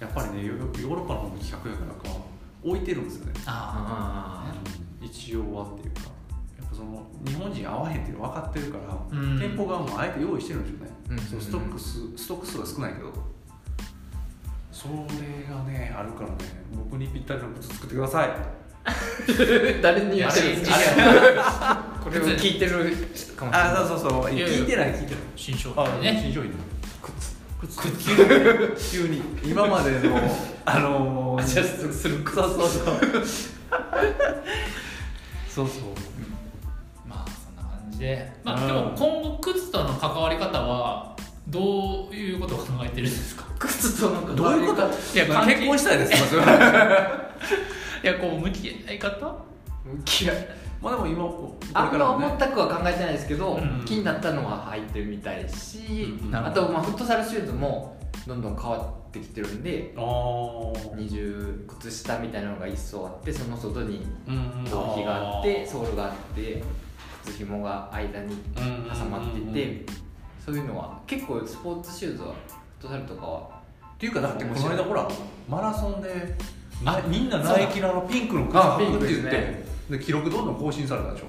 Speaker 2: やっぱりねヨヨーロッパの方の企画やからか置いてるんですよね
Speaker 1: あ
Speaker 3: あ
Speaker 2: 一応はっていうかやっぱその日本人合わへんっていうの分かってるから、
Speaker 1: うん
Speaker 2: 店舗側もあえて用意してるんでしょうね、
Speaker 3: うん
Speaker 2: そのストック数ストック数は少ないけどそれがねあるからね僕にぴったりの靴作ってください
Speaker 3: ー 誰に言ってるんですか
Speaker 1: あ
Speaker 3: これを聞いてるかもしれない
Speaker 2: あそうそうそう
Speaker 1: いやいや
Speaker 2: 聞いてない聞いてない
Speaker 1: 新商
Speaker 2: あ
Speaker 1: 品ね
Speaker 2: 新商品だ靴靴急に今までのあのー、
Speaker 3: アジャストする
Speaker 2: そうそうそうそうそう
Speaker 1: まあそんな感じでま
Speaker 2: う
Speaker 1: あ
Speaker 2: ん
Speaker 1: でも今後靴との関わり方はどういうことを考えてるんですか
Speaker 3: 靴となんか
Speaker 2: どういうこと
Speaker 1: いや関係
Speaker 2: 結婚したいですよそれはい
Speaker 1: やこう向き合い方
Speaker 3: 向き合い
Speaker 2: まあでも今これ
Speaker 3: あん
Speaker 2: から
Speaker 3: ま
Speaker 2: もね
Speaker 3: 重たくは考えてないですけど、
Speaker 1: うん
Speaker 3: 気になったのは履いてみたいし、
Speaker 2: うん
Speaker 3: あとまあフットサルシューズもどんどん変わってきてるんで
Speaker 2: あー
Speaker 3: 二重靴下みたいなのが一層あってその外に
Speaker 2: うん
Speaker 3: 頭皮があってソールがあって靴紐が間に挟まってて、そういうのは結構スポーツシューズはフットサルとかは
Speaker 2: っていうかだってこの間ほらマラソンでなみんなナイキのあのピンクの靴
Speaker 3: あ
Speaker 2: 履くって
Speaker 3: ピ
Speaker 2: 言
Speaker 3: ン
Speaker 2: っ
Speaker 3: ク
Speaker 2: て
Speaker 3: ですね
Speaker 2: で記録どんどん更新されたでしょ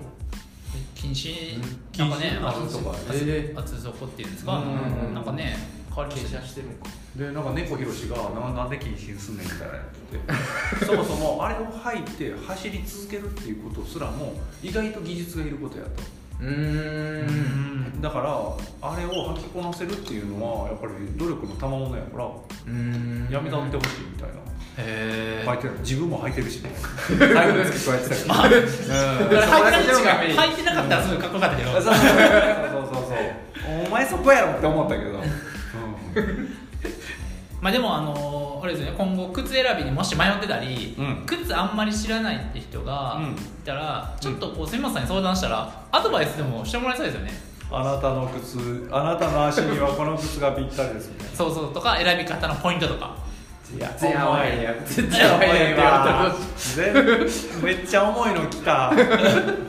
Speaker 1: 禁止
Speaker 2: 禁
Speaker 1: なんか
Speaker 2: 止
Speaker 1: ね
Speaker 2: になるとか
Speaker 1: 厚
Speaker 3: えー
Speaker 1: 厚底っていうんですか
Speaker 2: うん
Speaker 3: うんうん
Speaker 1: なんかね変わりましたね
Speaker 3: してるのか
Speaker 2: でなんか猫ひろしがななんで禁止すんねんみたいなやって てそもそもあれを履いて走り続けるっていうことすらも意外と技術がいることやと
Speaker 3: うーん
Speaker 2: だからあれを履きこなせるっていうのはやっぱり努力の賜物やから
Speaker 3: うーん
Speaker 2: やめた ってほしいみたいな
Speaker 1: へえ
Speaker 2: 履いてる自分も履いてるしね最後の月こうやってたけどうん
Speaker 1: 履いてなかったらすごいかっこよかったけど
Speaker 2: そうそうそうそうそうお前そこやろって思ったけど、
Speaker 1: まあでもあのーあれですよね今後靴選びにもし迷ってたり、
Speaker 2: うん
Speaker 1: 靴あんまり知らないって人が
Speaker 2: うん
Speaker 1: いたら、ちょっとこう千本さんに相談したらアドバイスでもしてもらえそうですよね
Speaker 2: あなたの靴あなたの足にはこの靴がぴったりですね
Speaker 1: そうそうとか選び方のポイントとか
Speaker 2: いや
Speaker 3: 絶対合わへんや絶対合わへんやって言われてほしい
Speaker 2: 全めっちゃ重いの来たね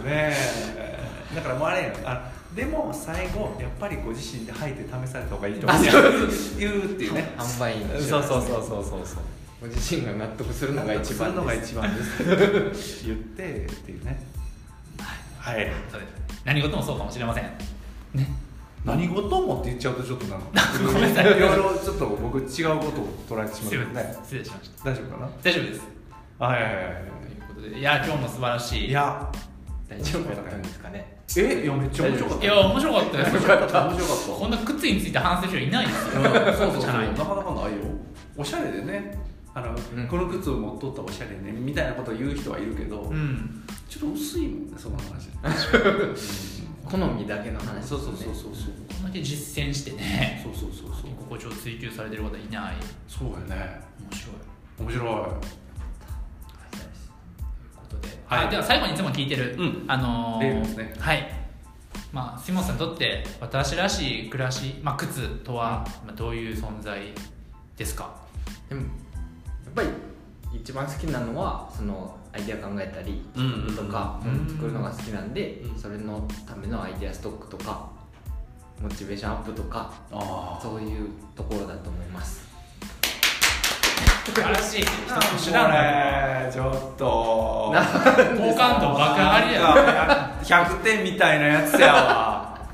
Speaker 2: えだからもうあれやあでも最後やっぱりご自身で履いて試された方がいいと思う言うっていうね
Speaker 3: 販売員
Speaker 2: そうそうそうそうそうそう
Speaker 3: ご 自身が納得するのが一
Speaker 2: する
Speaker 3: 番
Speaker 2: のが
Speaker 3: です
Speaker 2: 一番です言ってっていうねはい
Speaker 1: そうです何事もそうかもしれませんね
Speaker 2: 何事もって言っちゃうとちょっとなんか
Speaker 1: ごめんなさい
Speaker 2: いろいろちょっと僕違うことを捉えてし
Speaker 1: 失礼
Speaker 2: まうね
Speaker 1: 失礼しました
Speaker 2: 大丈夫か
Speaker 1: 大丈夫です
Speaker 2: なはいはいはいは
Speaker 1: ということでいや今日も素晴らしい
Speaker 2: いいや
Speaker 3: 大丈夫だったんですかね
Speaker 2: えいやめっちゃ面白かっ
Speaker 1: い
Speaker 2: た
Speaker 1: や面白かったです
Speaker 2: 面白かった面白かった
Speaker 1: こんな靴について反省する人いないですよ
Speaker 2: そうそ
Speaker 1: じ
Speaker 2: うそう
Speaker 1: ゃな
Speaker 2: なか
Speaker 1: い
Speaker 2: なかないよおしゃれでねあの、
Speaker 3: うん
Speaker 2: この靴を持っとったらおしゃれねみたいなことを言う人はいるけど、
Speaker 1: うん
Speaker 2: ちょっと薄いもんねそ の話
Speaker 3: 好みだけの話
Speaker 2: そうそうそうそうそう
Speaker 1: こんだけ実践してね
Speaker 2: そうそうそうそう
Speaker 1: 心地を追求されてる方いない
Speaker 2: そうやね
Speaker 1: 面白い
Speaker 2: 面白
Speaker 1: ということで、
Speaker 2: はい
Speaker 1: はい、では最後にいつも聞いてる、
Speaker 2: うん
Speaker 1: あのー
Speaker 2: 例ですね
Speaker 1: はいまあ杉本さんにとって私らしい暮らし、まあ、靴とは、まあ、どういう存在ですか
Speaker 3: でもやっぱり一番好きなのはそのアイデア考えたり
Speaker 2: いうん
Speaker 3: とか、
Speaker 1: うん
Speaker 3: 作るのが好きなんで、
Speaker 2: うん
Speaker 3: それのためのアイデアストックとかモチベーションアップとか
Speaker 2: ああ
Speaker 3: そういうところだと思います
Speaker 1: 素晴らしい一つ手段だ
Speaker 2: れちょっと
Speaker 3: な
Speaker 1: 好感度爆上がりやな
Speaker 2: や100点みたいなやつやわ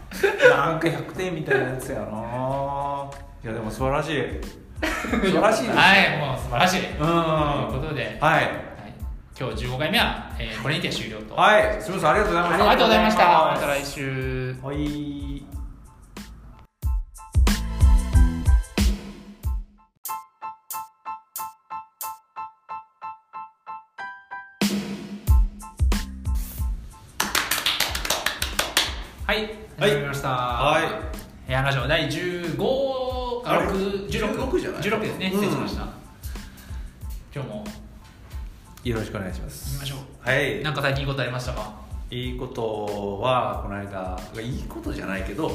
Speaker 2: なんか100点みたいなやつやないやでも素晴らしい素晴らしいです
Speaker 1: はいもう素晴らしいという
Speaker 2: うん
Speaker 1: ことで、はい、
Speaker 2: はい
Speaker 1: 今日15回目は、えーこれにて終了と、
Speaker 2: はい、すみません、ありがとうござい
Speaker 1: あ
Speaker 2: ま
Speaker 1: り
Speaker 2: した。
Speaker 1: がとうございましたまた
Speaker 2: は
Speaker 1: 来週
Speaker 2: い。
Speaker 1: はい、
Speaker 2: はい
Speaker 1: 始まりました。
Speaker 2: は
Speaker 1: 部屋のラジオ第15
Speaker 2: あ
Speaker 1: か
Speaker 2: れ
Speaker 1: 6、16
Speaker 2: 16じゃない
Speaker 1: 16ですね、
Speaker 2: うん
Speaker 1: 失礼しました。今日も
Speaker 2: よろしくお願いします
Speaker 1: 見ましょ
Speaker 2: はい
Speaker 1: なんか最近いいことありましたか
Speaker 2: いいことはこの間いいことじゃないけど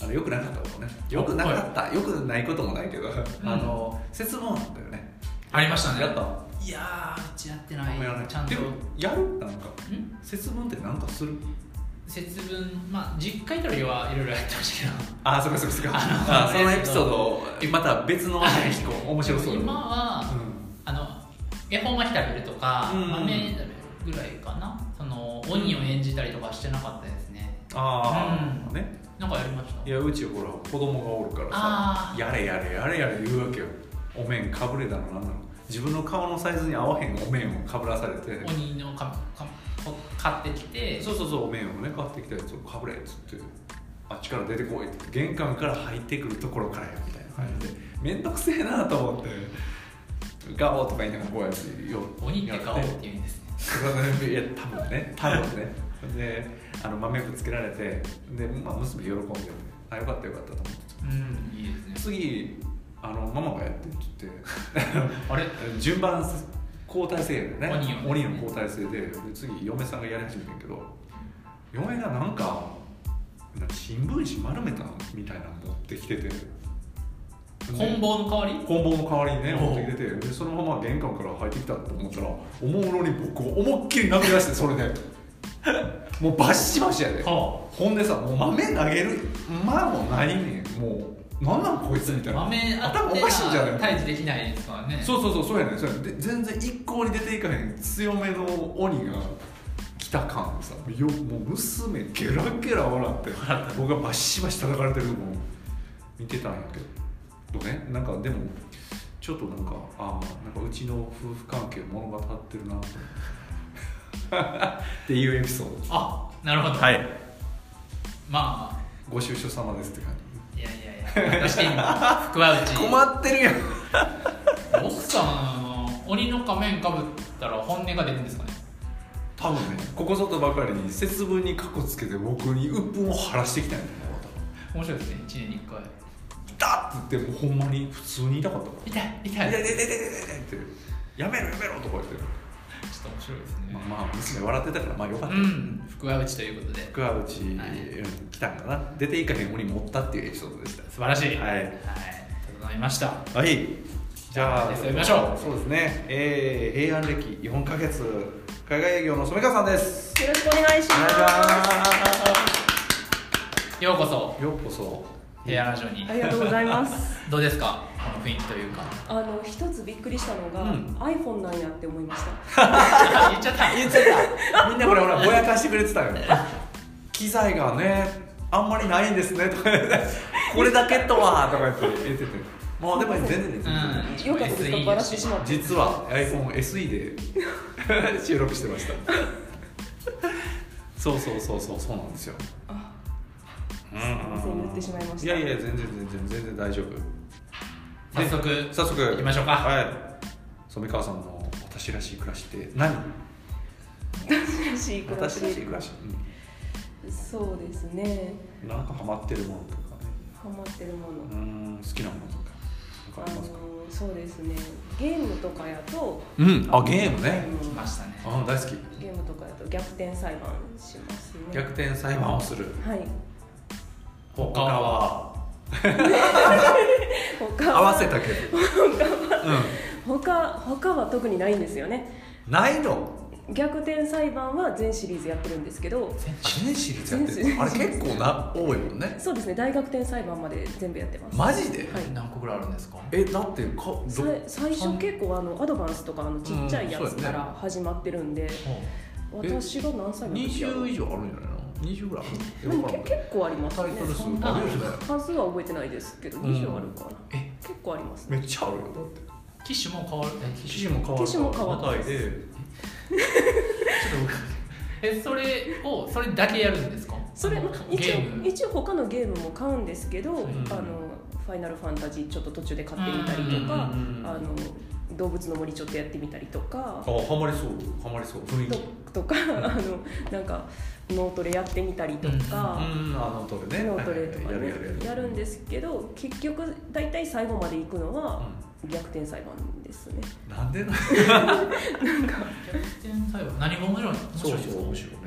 Speaker 2: あのよくなかったことねよくなかった、よくないこともないけど、あの節分なんだよね
Speaker 1: ありましたね。
Speaker 2: やった
Speaker 1: いやー、うちやってな。
Speaker 2: あんまやらない
Speaker 1: ちゃんと
Speaker 2: で。もやるなん
Speaker 1: ん
Speaker 2: か節分ってなんかする
Speaker 1: 節分、まあ、実家行った時はいろいろやってましたけど。
Speaker 2: あそっかそっかそっか
Speaker 1: あの
Speaker 2: あそのエピソードをまた別の話に聞こう面白そ
Speaker 1: で
Speaker 2: うだ
Speaker 1: も今
Speaker 2: ね
Speaker 1: は、あの恵方巻き食べるとか、
Speaker 2: うん
Speaker 1: 豆食べるぐらいかなその鬼を演じたりとかしてなかったですね
Speaker 2: ああ、
Speaker 1: うん
Speaker 2: ね
Speaker 1: なんかやりました
Speaker 2: いやうちほら子供がおるからさ
Speaker 1: あー
Speaker 2: やれやれやれやれ言うわけよお面かぶれたのなんなの自分の顔のサイズに合わへんお面をかぶらされて
Speaker 1: 鬼のかかこ買ってきて
Speaker 2: そうそうそうお面をね買ってきたやつをかぶれっつってあっちから出てこいって玄関から入ってくるところからやみたいな感じで面倒くせえなと思ってガオとか言いながらこうやってよ
Speaker 1: 鬼って顔っ
Speaker 2: や
Speaker 1: て言うんですね
Speaker 2: いや多分ね多分ねであの豆ぶつけられてで、まあ、娘喜んであよかったよかったと思って
Speaker 1: うんいいですね
Speaker 2: 次あのママがやってって言って
Speaker 1: あれ
Speaker 2: 順番交代制や
Speaker 1: 鬼
Speaker 2: ね
Speaker 1: をね
Speaker 2: 鬼の交代制でで次嫁さんがやり始めてんけど嫁がなんかなんか新聞紙丸めたみたいなの持ってきてて
Speaker 1: 棍棒の代わり
Speaker 2: 棍棒の代わりにね
Speaker 1: おう
Speaker 2: 持ってきててでそのまま玄関から入ってきたと思ったらおもむろに僕を思いっきり投げ出してそれでもうバシバシやで、
Speaker 1: は
Speaker 2: ほんでさもう豆投げる間もないねんもうなんなんこいつみたいな
Speaker 1: 豆あ
Speaker 2: 頭
Speaker 1: っ
Speaker 2: お
Speaker 1: て
Speaker 2: かしいんじゃない
Speaker 1: 退治できないですからね
Speaker 2: そうそうそうそうやねんそうやねんで全然一向に出ていかへん強めの鬼が来た感でさよもう娘ゲラゲラ笑って僕がバシバシ叩かれてるのを見てたんやけどねなんかでもちょっとなんかああなんかうちの夫婦関係物語ってるなと思ってっていうエピソード
Speaker 1: あなるほど、
Speaker 2: はい
Speaker 1: まあ
Speaker 2: ご愁傷様ですって感
Speaker 1: いやいやいや私 にも福は内
Speaker 2: じ困ってるやん
Speaker 1: 奥さん鬼の仮面かぶったら本音が出るんですかね
Speaker 2: 多分ねここぞとばかりに節分にかこつけて僕に鬱憤を晴らしてきたんやと思う多分
Speaker 1: 面白いですね1年に1回
Speaker 2: だっつってもうほんまに普通に痛かったか
Speaker 1: 痛い痛
Speaker 2: ら「
Speaker 1: い
Speaker 2: いやいやいやいやいやいやってやめろやめろ」とか言って
Speaker 1: ちょっと面白いですね
Speaker 2: まあまあ娘笑ってたからまあよかった、
Speaker 1: うん福は内ということで
Speaker 2: 福はうち、
Speaker 1: はい
Speaker 2: うん来たんかな出ていかへん鬼持ったっていうエピソードでした
Speaker 1: 素晴らしい
Speaker 2: はい
Speaker 1: ありがとうございました
Speaker 2: はいじゃあ
Speaker 1: じゃあやりましょう
Speaker 2: そうですねえー、平安歴4か月海外営業の染川さんです
Speaker 3: よろしくお願い
Speaker 2: お
Speaker 3: し
Speaker 2: 願いしま
Speaker 1: ようこそ
Speaker 2: すようこそ
Speaker 1: 平野ラジオに
Speaker 4: ありがとうございます。
Speaker 1: どうですかこの雰囲気と いうか
Speaker 4: あの一つびっくりしたのが、
Speaker 2: うん
Speaker 4: iPhone なんやって思いました。
Speaker 1: 言っちゃった
Speaker 2: 言っちゃったみんなほらほらぼやかしてくれてたよ機材がねあんまりないんですねとか言ってこれだけとはとか言って言っててもうでも全然です、
Speaker 1: うん
Speaker 4: よかったですかバラしてしまって。
Speaker 2: 実は iPhoneSE で 収録してましたそうそうそうそうそうなんですよ
Speaker 4: あ
Speaker 2: うん
Speaker 4: すいません言ってしまいました
Speaker 2: やいや全然全然全然大丈夫
Speaker 1: 早速
Speaker 2: 早速
Speaker 1: 行きましょうか
Speaker 2: はい染川さんの私らしい暮らしって何
Speaker 4: 私らしい暮らし
Speaker 2: 私らしい暮らし、
Speaker 4: そうですね。
Speaker 2: うん、なんかハマってるものとかね
Speaker 4: ハマってるもの。
Speaker 2: うーん好きなものとか
Speaker 4: あ
Speaker 2: わかり
Speaker 4: の
Speaker 2: ますか
Speaker 4: そうですね。ゲームとかやと、
Speaker 2: うんあゲーム
Speaker 4: あ
Speaker 2: ね
Speaker 1: 来
Speaker 4: の
Speaker 1: ましたね
Speaker 2: あ大好き
Speaker 4: ゲームとかやと逆転裁判しますね。
Speaker 2: 逆転裁判をする
Speaker 4: はい。
Speaker 2: 他は
Speaker 4: 他は
Speaker 2: 合わせたけどう
Speaker 4: 他他は特にないんですよね。
Speaker 2: んないの
Speaker 4: 逆転裁判は全シリーズやってるんですけど、
Speaker 2: 全シリーズやってるあれ結構な多いもんね
Speaker 4: そうですね。大逆転裁判まで全部やってます。
Speaker 2: マジで
Speaker 4: はい。
Speaker 1: 何個ぐらいあるんですか
Speaker 2: えだってかど
Speaker 4: さい最初結構あのアドバンスとかあのちっちゃいや
Speaker 2: うん
Speaker 4: つ
Speaker 2: そうや
Speaker 4: か
Speaker 2: ね
Speaker 4: ら始まってるんで、
Speaker 2: うえ
Speaker 4: 私が何歳の時やろ
Speaker 2: 20以上あるんじゃないの20ぐらいあ
Speaker 4: で
Speaker 2: る
Speaker 4: も
Speaker 2: わから
Speaker 4: け
Speaker 2: んけど
Speaker 4: 結構あります
Speaker 2: タイ
Speaker 4: ね
Speaker 2: トル数
Speaker 4: そんな
Speaker 2: あるよね
Speaker 4: 半数は覚えてないですけど
Speaker 2: うん
Speaker 4: 20あるかな、
Speaker 1: え
Speaker 4: 結構ありますね
Speaker 2: めっちゃあるよだって
Speaker 1: 機種も変わるえ機
Speaker 2: 記
Speaker 1: 種
Speaker 2: 事も変わる
Speaker 4: 機種も変わった
Speaker 2: 舞台で
Speaker 1: ちょっと僕 えそれをそれだけやるんですか
Speaker 4: それまあ
Speaker 1: ゲ
Speaker 4: 一
Speaker 1: ーム
Speaker 4: 応一応他のゲームも買うんですけど、
Speaker 1: うん
Speaker 4: あのファイナルファンタジーちょっと途中で買ってみたりとか、
Speaker 2: うんうんうんうん
Speaker 4: あの動物の森ちょっとやってみたりとか
Speaker 2: あハマりそうハマりそう雰囲気
Speaker 4: ととかあのなんか脳トレやってみたりとか、
Speaker 2: うんあのトレね
Speaker 4: 脳トレとか
Speaker 2: はいはい
Speaker 4: ね
Speaker 2: やるやるや
Speaker 4: や
Speaker 2: る
Speaker 4: るんですけど結局大体最後まで行くのは
Speaker 2: う
Speaker 4: 逆転裁判です
Speaker 2: ん
Speaker 4: ね
Speaker 2: なんでな
Speaker 1: 天才は何が面白いの面白いですか
Speaker 2: 面白いね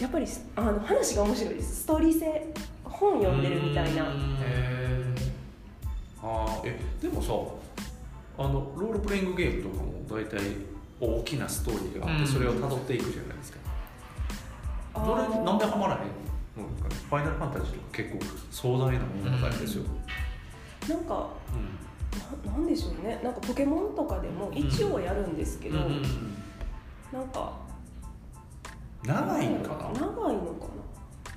Speaker 4: やっぱりあの話が面白いですストーリー性本読んでるみたいな
Speaker 2: うーん
Speaker 1: へ
Speaker 2: あーえでもさあのロールプレイングゲームとかも大体大きなストーリーがあって、
Speaker 1: うん
Speaker 2: それを辿っていくじゃないですか
Speaker 4: あー
Speaker 2: どれなんでハマらへんのですかねファイナルファンタジーとか結構壮大な物語ですよ、
Speaker 4: なんか
Speaker 2: うん
Speaker 4: ななんでしょうねなんかポケモンとかでも一応やるんですけど、
Speaker 2: うんうんうん
Speaker 4: なんか
Speaker 2: 長いんかな
Speaker 4: 長いのか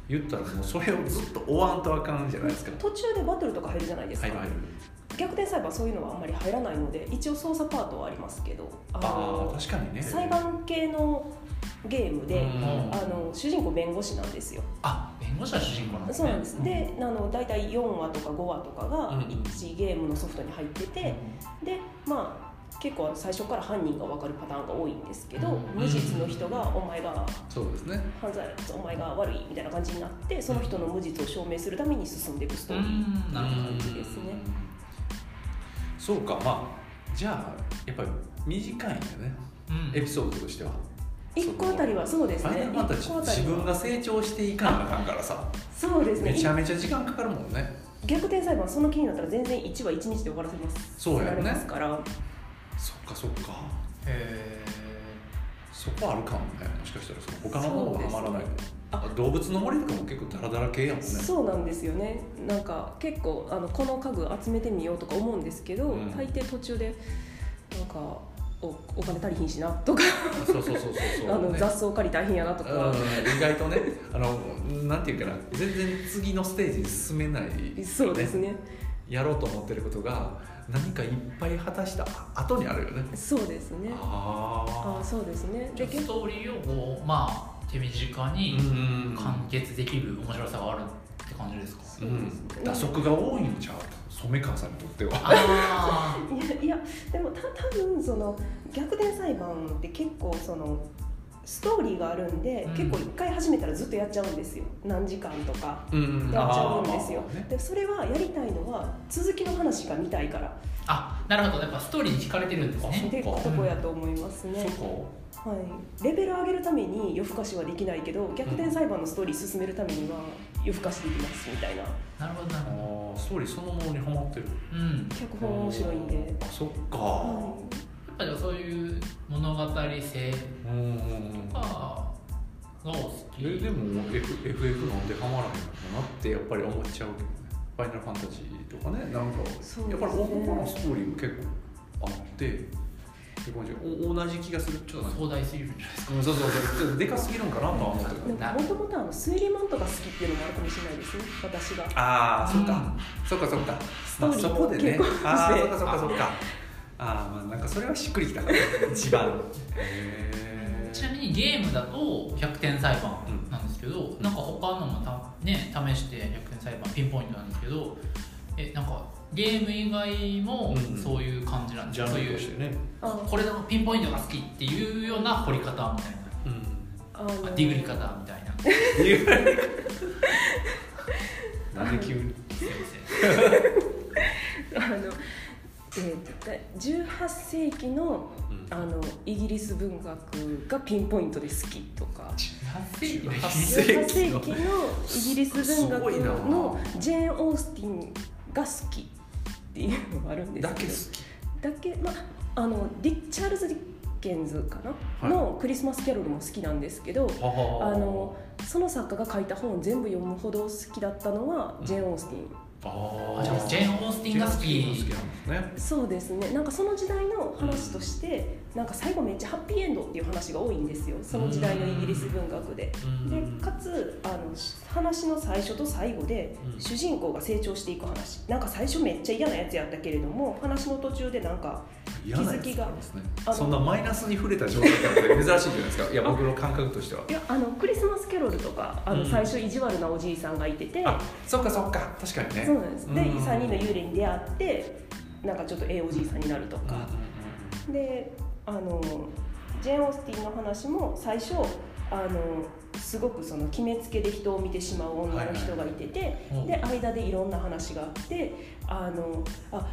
Speaker 2: 言ったらもうそれをずっと追わんとあかんじゃないですか
Speaker 4: な途中でバトルとか入るじゃないですか、
Speaker 2: 入る入る
Speaker 4: 逆転裁判そういうのはあんまり入らないので一応捜査パートはありますけどあ
Speaker 2: あ
Speaker 4: の
Speaker 2: あ確かにね
Speaker 4: 裁判系のゲームで、
Speaker 2: うん
Speaker 4: あの主人公弁護士なんですよ
Speaker 1: あ弁護士は主人公なんです
Speaker 4: そう
Speaker 1: ね
Speaker 4: なんです、であの大体4話とか5話とか
Speaker 2: うん
Speaker 4: が
Speaker 2: うん
Speaker 4: 1ゲームのソフトに入ってて、でまあ結構あの最初から犯人が分かるパターンが多いんですけど、
Speaker 2: うん
Speaker 4: 無実の人が「お前が
Speaker 2: そうですね
Speaker 4: 犯罪お前が悪い」みたいな感じになってその人の無実を証明するために進んでいくストーリー
Speaker 1: うんなるほど
Speaker 4: 感じですね
Speaker 2: そうかまあじゃあやっぱり短いんだね
Speaker 1: うん
Speaker 2: エピソードとしては
Speaker 4: 1個あたりはそうです
Speaker 2: ファイナ
Speaker 4: ね
Speaker 2: ルファンタジ
Speaker 4: 1個
Speaker 2: ー
Speaker 4: あた
Speaker 2: 自
Speaker 4: り
Speaker 2: 分
Speaker 4: は
Speaker 2: が成長していかなあかんからさ
Speaker 4: そうですね
Speaker 2: めちゃめちゃ時間かかるもんね
Speaker 4: 逆転裁判その気になったら全然1話1日で終わらせます
Speaker 2: そうや
Speaker 4: な
Speaker 2: ろ
Speaker 4: りま
Speaker 2: ね
Speaker 4: すから
Speaker 2: そっかそっか
Speaker 1: へ
Speaker 2: そこあるかもねもしかしたらその他のものはハマらない、
Speaker 4: そう
Speaker 2: あ動物の森とかも結構ダラダラ系やもんね
Speaker 4: そうなんですよねなんか結構あのこの家具集めてみようとか思うんですけど、
Speaker 2: うん
Speaker 4: 大抵途中でなんかおお金足りひんしなとか、
Speaker 2: そうそうそうそうそう
Speaker 4: あの
Speaker 2: ね
Speaker 4: 雑草借り大変やなとか、
Speaker 2: うん意外とねあのなんていうかな全然次のステージに進めない
Speaker 4: そうですね
Speaker 2: やろうと思ってることが何かいっぱい果たした後にあるよね
Speaker 4: そうですね
Speaker 2: あ
Speaker 4: あ
Speaker 2: あ
Speaker 4: そうですね
Speaker 1: え
Speaker 4: で結
Speaker 1: ス
Speaker 4: 構
Speaker 1: トーリーをこうまあ手短
Speaker 2: う
Speaker 1: に
Speaker 2: ん
Speaker 1: 完結できる面白さがあるって感じですか、
Speaker 4: そううです
Speaker 2: ん
Speaker 4: ね
Speaker 2: 打足が多いんちゃう染川さんにとっては
Speaker 1: あ
Speaker 4: いやいやでもた多分その逆転裁判って結構そのストーリーがあるんで、
Speaker 1: うん
Speaker 4: 結構1回始めたらずっとやっちゃうんですよ何時間とか
Speaker 2: うん
Speaker 4: やっちゃうんですよ
Speaker 2: あーね
Speaker 4: でそれはやりたいのは続きの話が見たいから
Speaker 1: ーあなるほどやっぱストーリーに惹かれてるんです
Speaker 2: あそ
Speaker 1: ね
Speaker 4: ってとこやと思いますね、
Speaker 2: そ
Speaker 4: はい、レベル上げるために夜更かしはできないけど逆転裁判のストーリー進めるためには夜更かしできますみたいな
Speaker 1: なるほどなる
Speaker 2: うかあ
Speaker 1: ほど
Speaker 2: ーストーリーそのものにハマってる
Speaker 1: うん
Speaker 4: 脚本面白いんで、
Speaker 2: あそっか、
Speaker 4: は
Speaker 1: やっぱりそういう物語性
Speaker 2: うん
Speaker 1: とかがお好き
Speaker 2: えでも F FF なんでハマらへんのかなってやっぱり思っちゃうけどねファイナルファンタジーとかねなんか
Speaker 4: そう
Speaker 2: やっ
Speaker 4: ですね
Speaker 2: ぱり男のストーリーも結構あってって感じお同じ気がするちょっとなんか
Speaker 1: 壮大すぎるんじゃないですか
Speaker 2: うんそうそうそうちょっとでかすぎるんかなとは思って
Speaker 4: い、でももともとあの推理マンとか好きっていうのもあるかもしれないですね私が
Speaker 2: ああそっ
Speaker 1: う
Speaker 2: かそっかそっか
Speaker 4: ト
Speaker 2: ま
Speaker 4: ー
Speaker 2: あ
Speaker 4: リー
Speaker 2: そこでね
Speaker 4: も結構
Speaker 2: ああ
Speaker 4: し
Speaker 2: そってかそっかそっかああまあなんかそれはしっくりきたから 一番へ
Speaker 1: ちなみにゲームだと100点裁判
Speaker 2: うん
Speaker 1: なんですけど、なんか他のもた、ね、試して100点裁判ピンポイントなんですけどえなんかゲーム以外も
Speaker 2: うん
Speaker 1: そういう感じなんです
Speaker 2: ジャ
Speaker 1: か、
Speaker 2: ン
Speaker 1: そう
Speaker 2: ル
Speaker 1: い
Speaker 2: と
Speaker 1: う
Speaker 2: してね
Speaker 4: あ
Speaker 1: これのピンポイントが好きっていうような掘り方みたいな
Speaker 2: うん
Speaker 4: あの
Speaker 1: あディグリ方みたいな
Speaker 2: なんで急に
Speaker 1: 先
Speaker 4: あの、えーだ18世紀の
Speaker 2: うん
Speaker 4: あのイギリス文学がピンポイントで好きとか
Speaker 1: 生18
Speaker 2: 18
Speaker 4: 18世
Speaker 2: 世紀
Speaker 4: 紀のイギリス文
Speaker 2: すごい
Speaker 4: 学
Speaker 2: な
Speaker 4: のジェーン・オースティンが好きっていうのがあるんです
Speaker 2: だけ好き
Speaker 4: けどだけまああのディチャールズ・ディッケンズかな、
Speaker 2: はい
Speaker 4: のクリスマス・キャロルも好きなんですけど
Speaker 2: あ
Speaker 4: あのその作家が書いた本を全部読むほど好きだったのはジェーン・オースティン、
Speaker 2: あ
Speaker 1: あじゃあジェーン・オースティンが好き
Speaker 2: なんですね
Speaker 4: そうですねなんかその時代の話として、なんか最後めっちゃハッピーエンドっていう話が多いんですよその時代のイギリス文学で。でかつあのし話の最初と最後で
Speaker 2: うん
Speaker 4: 主人公が成長していく話なんか最初めっちゃ嫌なやつやったけれども話の途中でなんか
Speaker 2: 嫌なやつ
Speaker 4: 気づきが
Speaker 2: ですね
Speaker 4: あの
Speaker 2: そんなマイナスに触れた状態って珍しいじゃないです かいや僕の感覚としてはい
Speaker 4: やあのクリスマス・キャロルとかあ
Speaker 2: う
Speaker 4: の
Speaker 2: ん
Speaker 4: 最初意地悪なおじいさんがいてて、
Speaker 2: あそっかそっか確かにね
Speaker 4: そうなんですで
Speaker 2: うん
Speaker 4: 3人の幽霊に出会ってなんかちょっとええおじいさんになるとか、であのジェーン・オースティンの話も最初あのすごくその決めつけで人を見てしまう女の人がいてて、
Speaker 2: うん
Speaker 4: で間でいろんな話があってあのあ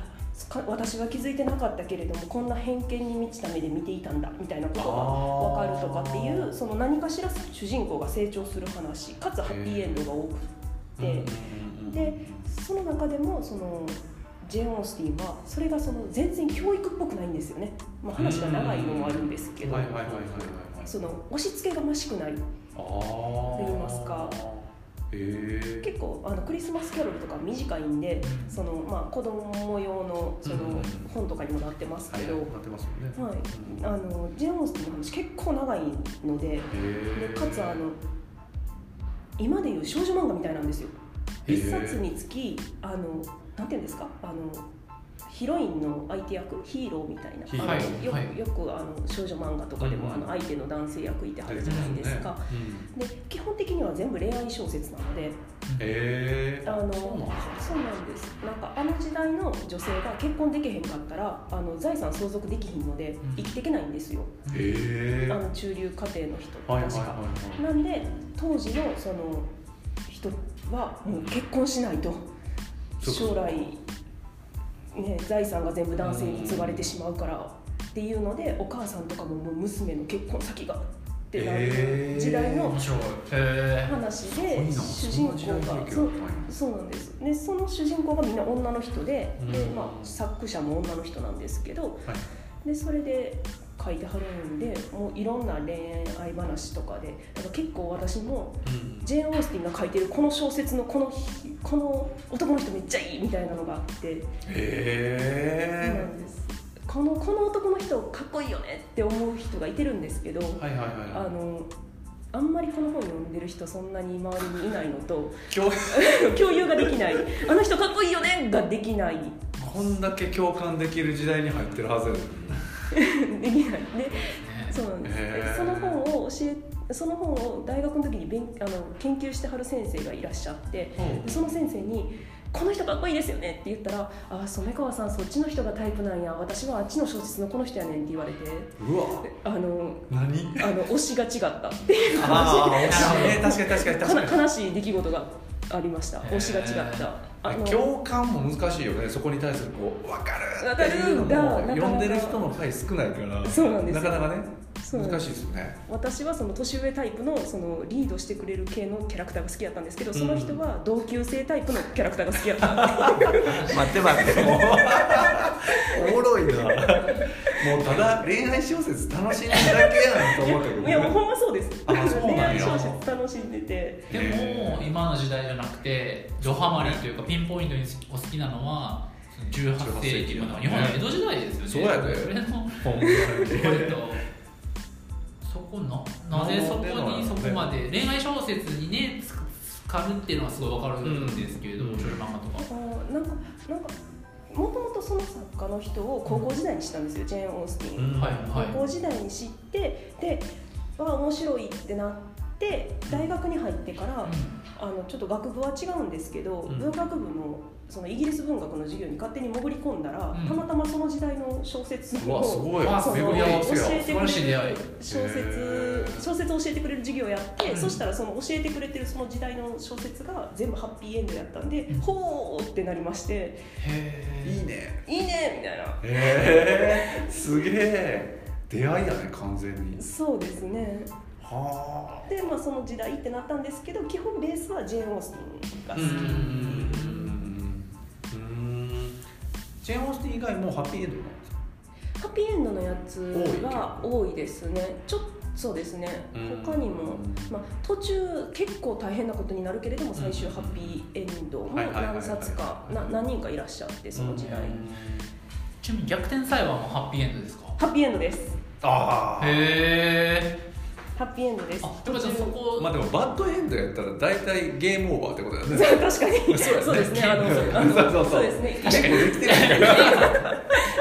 Speaker 4: か私は気づいてなかったけれどもこんな偏見に満ちた目で見ていたんだみたいなことが分かるとかってい
Speaker 2: あー
Speaker 4: うその何かしら主人公が成長する話かつハッピーエンドが多くて。でその中でもそのジェーン・オースティンはそれがその全然教育っぽくないんですよね、まあ、話が長いのもあるんですけど、
Speaker 2: はいはいはいはいはいはい
Speaker 4: その押し付けがましくない
Speaker 2: ああ
Speaker 4: と言いますか
Speaker 2: へえ
Speaker 4: 結構あのクリスマスキャロルとか短いんでその、まあ、子供用のその
Speaker 2: うんうんうん
Speaker 4: 本とかにもなってますけど、
Speaker 2: はいなってますよね
Speaker 4: はい
Speaker 2: うん
Speaker 4: あのジェーン・オースティンの話結構長いのでで
Speaker 2: へえ
Speaker 4: かつあの今でいう少女漫画みたいなんですよ
Speaker 2: へえ
Speaker 4: 一冊につきあのなんていうんですかあのヒロインの相手役ヒーローみたい
Speaker 2: ヒーロ
Speaker 4: な、
Speaker 2: ー
Speaker 4: あのよ
Speaker 2: はい
Speaker 4: よくあの少女漫画とかでも、
Speaker 2: うん
Speaker 4: あの相手の男性役いてはるじゃないですか、
Speaker 2: うん
Speaker 4: で基本的には全部恋愛小説なので
Speaker 2: へえ
Speaker 4: あの
Speaker 2: そうなんですね
Speaker 4: そうなんですなんかあの時代の女性が結婚できへんかったらあの財産相続できひんので
Speaker 1: ん
Speaker 4: 生きていけないんですよ、
Speaker 2: へえ
Speaker 4: あの中流家庭の人って確か。
Speaker 2: はいはいはいは
Speaker 4: なんで当時のその人はもう結婚しないと
Speaker 2: そうか
Speaker 4: 将来、ね、財産が全部男性に継がれてしまうからっていうのでお母さんとかももう娘の結婚先がってな
Speaker 2: へー
Speaker 4: る時代の
Speaker 1: 面白いへ
Speaker 4: 話
Speaker 2: い
Speaker 4: で
Speaker 2: いいな
Speaker 4: 主人
Speaker 2: そんな時代
Speaker 4: 公が
Speaker 2: 背景だ
Speaker 4: そう
Speaker 2: ったんや
Speaker 4: そうなんですでその主人公がみんな女の人でで
Speaker 2: う、ん
Speaker 4: まあ、作者も女の人なんですけど
Speaker 2: はい
Speaker 4: でそれで書いてはるんでもういろんな恋愛話とかでなんか結構私も
Speaker 2: うん
Speaker 4: ジェーン・オースティンが書いてるこの小説のこの日この男の人めっちゃいいみたいなのがあって、そうな
Speaker 2: へ
Speaker 4: んですこのこの男の人かっこいいよねって思う人がいてるんですけど、
Speaker 2: えはいはい
Speaker 4: あ
Speaker 2: は
Speaker 4: のあんまりこの本読んでる人そんなに周りにいないのと
Speaker 2: い共
Speaker 4: 共有ができないあの人かっこいいよねができない
Speaker 2: こんだけ共感できる時代に入ってるはずやのに
Speaker 4: できないで
Speaker 1: え
Speaker 4: そうなんです、
Speaker 2: へー
Speaker 4: でその本を教えその本を大学の時に勉あの研究してはる先生がいらっしゃってでその先生に「この人かっこいいですよね」って言ったら「あ染川さんそっちの人がタイプなんや私はあっちの小説のこの人やねん」って言われて
Speaker 2: うわ
Speaker 4: であの
Speaker 2: 何
Speaker 4: あの推しが違ったっていう
Speaker 2: ああ、
Speaker 1: 惜しい
Speaker 2: ね、確かに確かに確かに
Speaker 4: かな悲しい出来事がありました推しが違ったあの
Speaker 2: 共感も難しいよねそこに対するこう分かるっていうの
Speaker 4: わかるがなかな
Speaker 2: も
Speaker 4: か
Speaker 2: 読んでる人の回少ないから
Speaker 4: そうなんですよ
Speaker 2: なかなかね
Speaker 4: そうなんで
Speaker 2: 難
Speaker 4: す
Speaker 2: しいですよね
Speaker 4: 私はその年上タイプのそのリードしてくれる系のキャラクターが好きだったんですけどその人は同級生タイプのキャラクターが好きだった
Speaker 2: 待って待ってもうおもろいなもうただ恋愛小説楽しんでるだけやんと思ったけど
Speaker 4: いやもうほんまそうです
Speaker 2: あそうなん
Speaker 4: 恋
Speaker 2: や
Speaker 4: 愛小説楽しんでて
Speaker 1: でも今の時代じゃなくてドハマりというかピンポイントにお好きなのは18世紀まで日本の江戸時代ですよね
Speaker 2: そうやで
Speaker 1: それの
Speaker 2: ほんまに
Speaker 1: ポイントそこななぜそこにそこまで恋愛小説にねつつかるっていうのはすごいわかるんですけれど
Speaker 2: うん
Speaker 1: も少女漫画とか
Speaker 4: あーなんかなんかもともとその作家の人を高校時代に知ったんですよジェーン・オースティン
Speaker 2: う。ん
Speaker 1: はい
Speaker 4: 高
Speaker 1: は
Speaker 4: 校時代に知ってでわあ面白いってなって大学に入ってから、
Speaker 1: い
Speaker 4: あのちょっと学部は違うんですけど、
Speaker 2: うん
Speaker 4: 文学部のそのイギリス文学の授業に勝手に潜り込んだ
Speaker 1: う
Speaker 4: ら、
Speaker 1: ん
Speaker 4: たまたまその時代の小説
Speaker 2: うわす
Speaker 4: を
Speaker 2: ごい
Speaker 1: あ
Speaker 4: そ
Speaker 2: 巡
Speaker 4: の教
Speaker 2: り合わせ
Speaker 4: え
Speaker 1: 素
Speaker 2: や
Speaker 4: てく
Speaker 1: 晴らしい
Speaker 4: れ
Speaker 1: 出
Speaker 4: る
Speaker 1: 会い
Speaker 4: 小
Speaker 2: へ
Speaker 4: 説
Speaker 2: ー
Speaker 4: 小説を教えてくれる授業をやって、
Speaker 1: うん
Speaker 4: そしたらその教えてくれてるその時代の小説が全部ハッピーエンドやったんで、
Speaker 1: うん
Speaker 4: ほーってなりまして
Speaker 1: へ
Speaker 2: いいね
Speaker 4: 「いいね!」みたいな
Speaker 2: へえすげえ出会いやね完全に
Speaker 4: そうですね
Speaker 2: は
Speaker 4: でまあその時代ってなったんですけど基本ベースはジェーン・オースティンが
Speaker 2: あ
Speaker 4: 好
Speaker 2: う
Speaker 4: き、
Speaker 2: んうんジェーン・オースティン以外もハッピーエンドなんですか
Speaker 4: ハッピーエンドのやつは
Speaker 2: 多
Speaker 4: 多いですねちょっとそうですね
Speaker 2: うん
Speaker 4: 他にも、まあ、途中結構大変なことになるけれども最終
Speaker 2: うん
Speaker 4: ハッピーエンドも
Speaker 2: はいはいはいはい
Speaker 4: 何冊かな何人かいらっしゃってその時代
Speaker 2: うん
Speaker 1: ちなみに逆転裁判もハッピーエンドですか
Speaker 4: ハッピーエンドです
Speaker 2: ああ
Speaker 1: へえ
Speaker 4: ハッピーエンドです
Speaker 1: あでもじゃあ
Speaker 4: 途中
Speaker 1: そこ
Speaker 2: まあでもバッドエンドやったら大体ゲームオーバーってことだよね
Speaker 4: そう 確かに
Speaker 2: そうやね
Speaker 4: そうですねあ のあの
Speaker 2: そうそうそう
Speaker 4: そうですね
Speaker 2: 確かにできてない から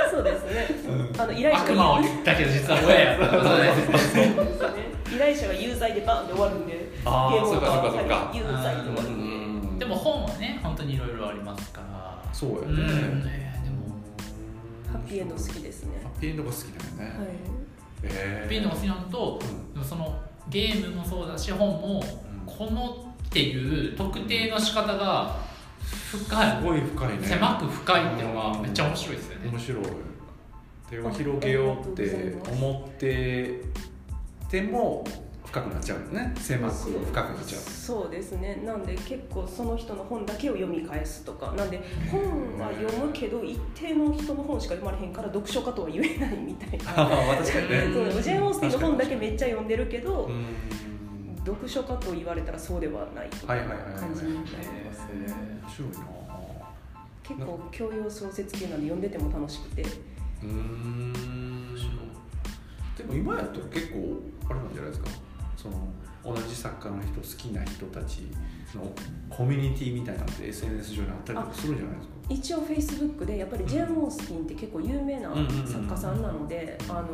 Speaker 4: そうですね
Speaker 2: うん
Speaker 4: あの依頼
Speaker 1: 悪
Speaker 4: 者
Speaker 1: 魔
Speaker 4: が
Speaker 1: を言ったけど実は親やったことね
Speaker 4: そうですね依頼者が有罪でバンって終わるんでゲ
Speaker 2: あー
Speaker 4: ームオ
Speaker 2: そう
Speaker 4: ーバー
Speaker 2: かそうか
Speaker 4: され有罪で終わる
Speaker 2: うん
Speaker 4: んで
Speaker 1: でも本はね本当にいろいろありますから
Speaker 2: そうやね
Speaker 1: んねでも
Speaker 4: ハッピーエンド好きですね
Speaker 2: ハッピーエンドが好きだよね、
Speaker 4: はい
Speaker 2: え
Speaker 1: ピーのが好きなのとでもそのゲームもそうだし本も
Speaker 2: うん
Speaker 1: このっていう特定の仕方が深
Speaker 2: すごい深い
Speaker 1: い
Speaker 2: ね
Speaker 1: 狭く深いっていうのがめっちゃ面白いですよね
Speaker 2: 面白い手を広げようって思ってても深くなっちゃうよね狭く深くなっちゃう
Speaker 4: そうですねなんで結構その人の本だけを読み返すとかなんで本は読むけど一定の人の本しか読まれへんから読書家とは言えないみたいな
Speaker 2: 確かにね
Speaker 4: そうジェーン・オースティンの本だけめっちゃ読んでるけど、
Speaker 2: うん
Speaker 4: 読書家と言われたらそうではない
Speaker 2: はいはいはいはい
Speaker 4: 感じになりますね、
Speaker 2: 面白いな
Speaker 4: 結構教養小説系なんで読んでても楽しくて
Speaker 2: うんでも今やと結構あれなんじゃないですかその同じ作家の人好きな人たちのコミュニティみたいなのって SNS 上にあったりとかするんじゃないですか
Speaker 4: 一応フェイスブックでやっぱりジェーン・オースティンって結構有名な
Speaker 2: うんうんうんうん
Speaker 4: 作家さんなので、あの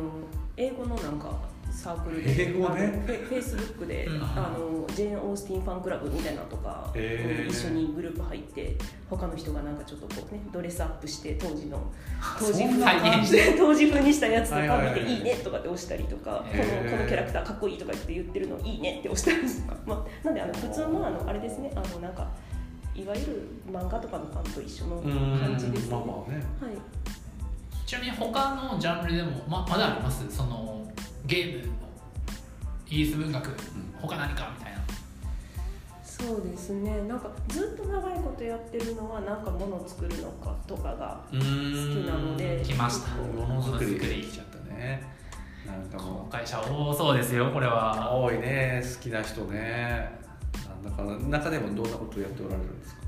Speaker 4: 英語のなんかサークルで
Speaker 2: 英語ね
Speaker 4: あのフェフェイスブックで、
Speaker 1: うん
Speaker 4: あのジェーン・オースティンファンクラブみたいなのとか、
Speaker 2: へー
Speaker 4: 一緒にグループ入って他の人がなんかちょっとこうねドレスアップして当時の当時
Speaker 2: そ
Speaker 4: 風
Speaker 2: ん
Speaker 1: な感じ
Speaker 4: 当時風にしたやつと
Speaker 2: はいは
Speaker 4: か
Speaker 2: いはい
Speaker 4: 見て「いいね」とかって押したりとか「この
Speaker 2: へー
Speaker 4: このキャラクターかっこいい」とかって言ってるのを「いいね」って押し たりとか、まあ、なんであの普通のあのあれですねあのなんかいわゆる漫画とかのファンと一緒の感じですね。
Speaker 2: まあ
Speaker 4: は
Speaker 2: まあね
Speaker 4: い、
Speaker 1: ちなみに他のジャンルでもままだありますそのゲームイギリス文学他何かみたいな
Speaker 4: そうですねなんかずっと長いことやってるのはなんかもの作るのかとかが
Speaker 2: 好き
Speaker 4: 好きなので
Speaker 1: 来ました
Speaker 2: ものづくり
Speaker 1: ものづくり
Speaker 2: できちゃったねなんか
Speaker 1: この
Speaker 2: も
Speaker 1: 会社多そうですよこれ
Speaker 2: う
Speaker 1: は
Speaker 2: 多いね好きな人ねなんだか中でもどんなことをやっておられるんですか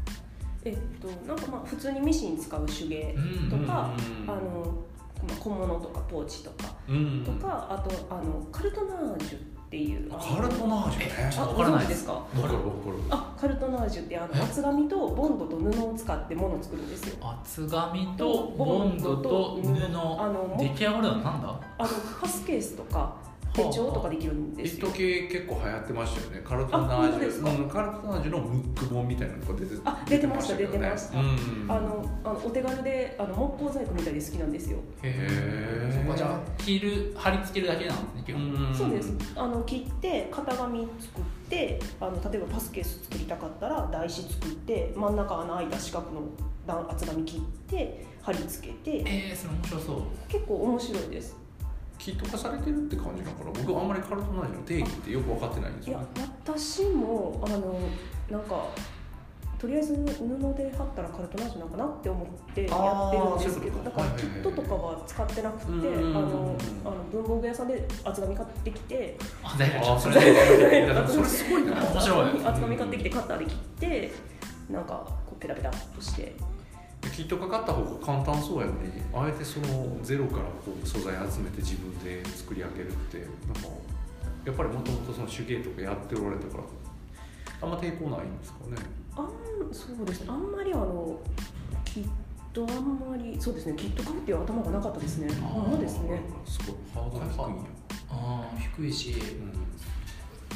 Speaker 4: えっとなんかまあ普通にミシン使う手芸とか、
Speaker 2: うん
Speaker 4: あのまあ小物とかポーチとか、
Speaker 2: うん
Speaker 4: とかあとあのカルトナージュっていうあの
Speaker 2: カルトナージュね
Speaker 4: あ
Speaker 1: わ
Speaker 4: ご
Speaker 1: から
Speaker 4: 存
Speaker 1: ないで
Speaker 4: 知ですすか
Speaker 2: わかるわかる
Speaker 4: あカルトナージュってあの厚紙とボンドと布を使ってものを作るんですよ
Speaker 1: 厚紙とボンドと布
Speaker 4: あの
Speaker 1: 出来上がるのはなんだ
Speaker 4: あのパスケースとか手帳とかできるんです
Speaker 2: 一
Speaker 4: よ
Speaker 2: 時結構流行ってましたよねカルト
Speaker 4: あ
Speaker 2: ナ
Speaker 4: 本
Speaker 2: ージ
Speaker 4: 当ですか
Speaker 2: ュうんカルトナージュのムック本みたいなのが出て
Speaker 4: あ出てました
Speaker 2: けどね
Speaker 4: 出てました
Speaker 2: うん
Speaker 4: あのあのお手軽であの木工細工みたいで好きなんですよ、
Speaker 2: へー
Speaker 1: そっかじゃあ切る貼り付けるだけなんですね基本、
Speaker 2: ん
Speaker 4: そうですあの切って型紙作ってあの例えばパスケース作りたかったら台紙作って真ん中穴開いた四角の段厚紙切って貼り付けて
Speaker 1: えー、それ面白そう
Speaker 4: 結構面白いです
Speaker 2: きっと化されてるって感じだから僕あんまりカルトナージュの定義ってよく分かってないんです
Speaker 4: い
Speaker 2: よ
Speaker 4: や
Speaker 2: ね
Speaker 4: 私もあのなんかとりあえず布で貼ったらカルトナージュなんかなって思ってやってるんですけど
Speaker 2: あー
Speaker 4: だから
Speaker 2: そう
Speaker 4: キ
Speaker 2: いう
Speaker 4: ッ
Speaker 2: こ
Speaker 4: ト
Speaker 2: と
Speaker 4: と
Speaker 2: か
Speaker 4: かは使ってなくて
Speaker 2: う
Speaker 4: あ
Speaker 2: ん
Speaker 4: の
Speaker 2: うんうんうん
Speaker 4: あの文房具屋さんで厚紙買ってきて
Speaker 1: あ大丈夫
Speaker 2: あ
Speaker 1: そ
Speaker 2: そ
Speaker 1: れ
Speaker 2: れ
Speaker 1: で
Speaker 2: いやだからそれすごいな
Speaker 1: 面白い
Speaker 4: 厚紙厚紙買ってきてカッターで切ってなんかこうペタペタっとして
Speaker 2: きっとかかった方が簡単そうやのにあえてそのゼロからこう素材集めて自分で作り上げるってなんかやっぱりもともとその手芸とかやっておられたからあんま抵抗ないんですかね
Speaker 4: あんそうですねあんまりあのきっとあんまりそうですねきっと買うっていう頭がなかったですね
Speaker 1: あー
Speaker 4: そうですね
Speaker 2: すごいハードル低いんや
Speaker 1: うん低いし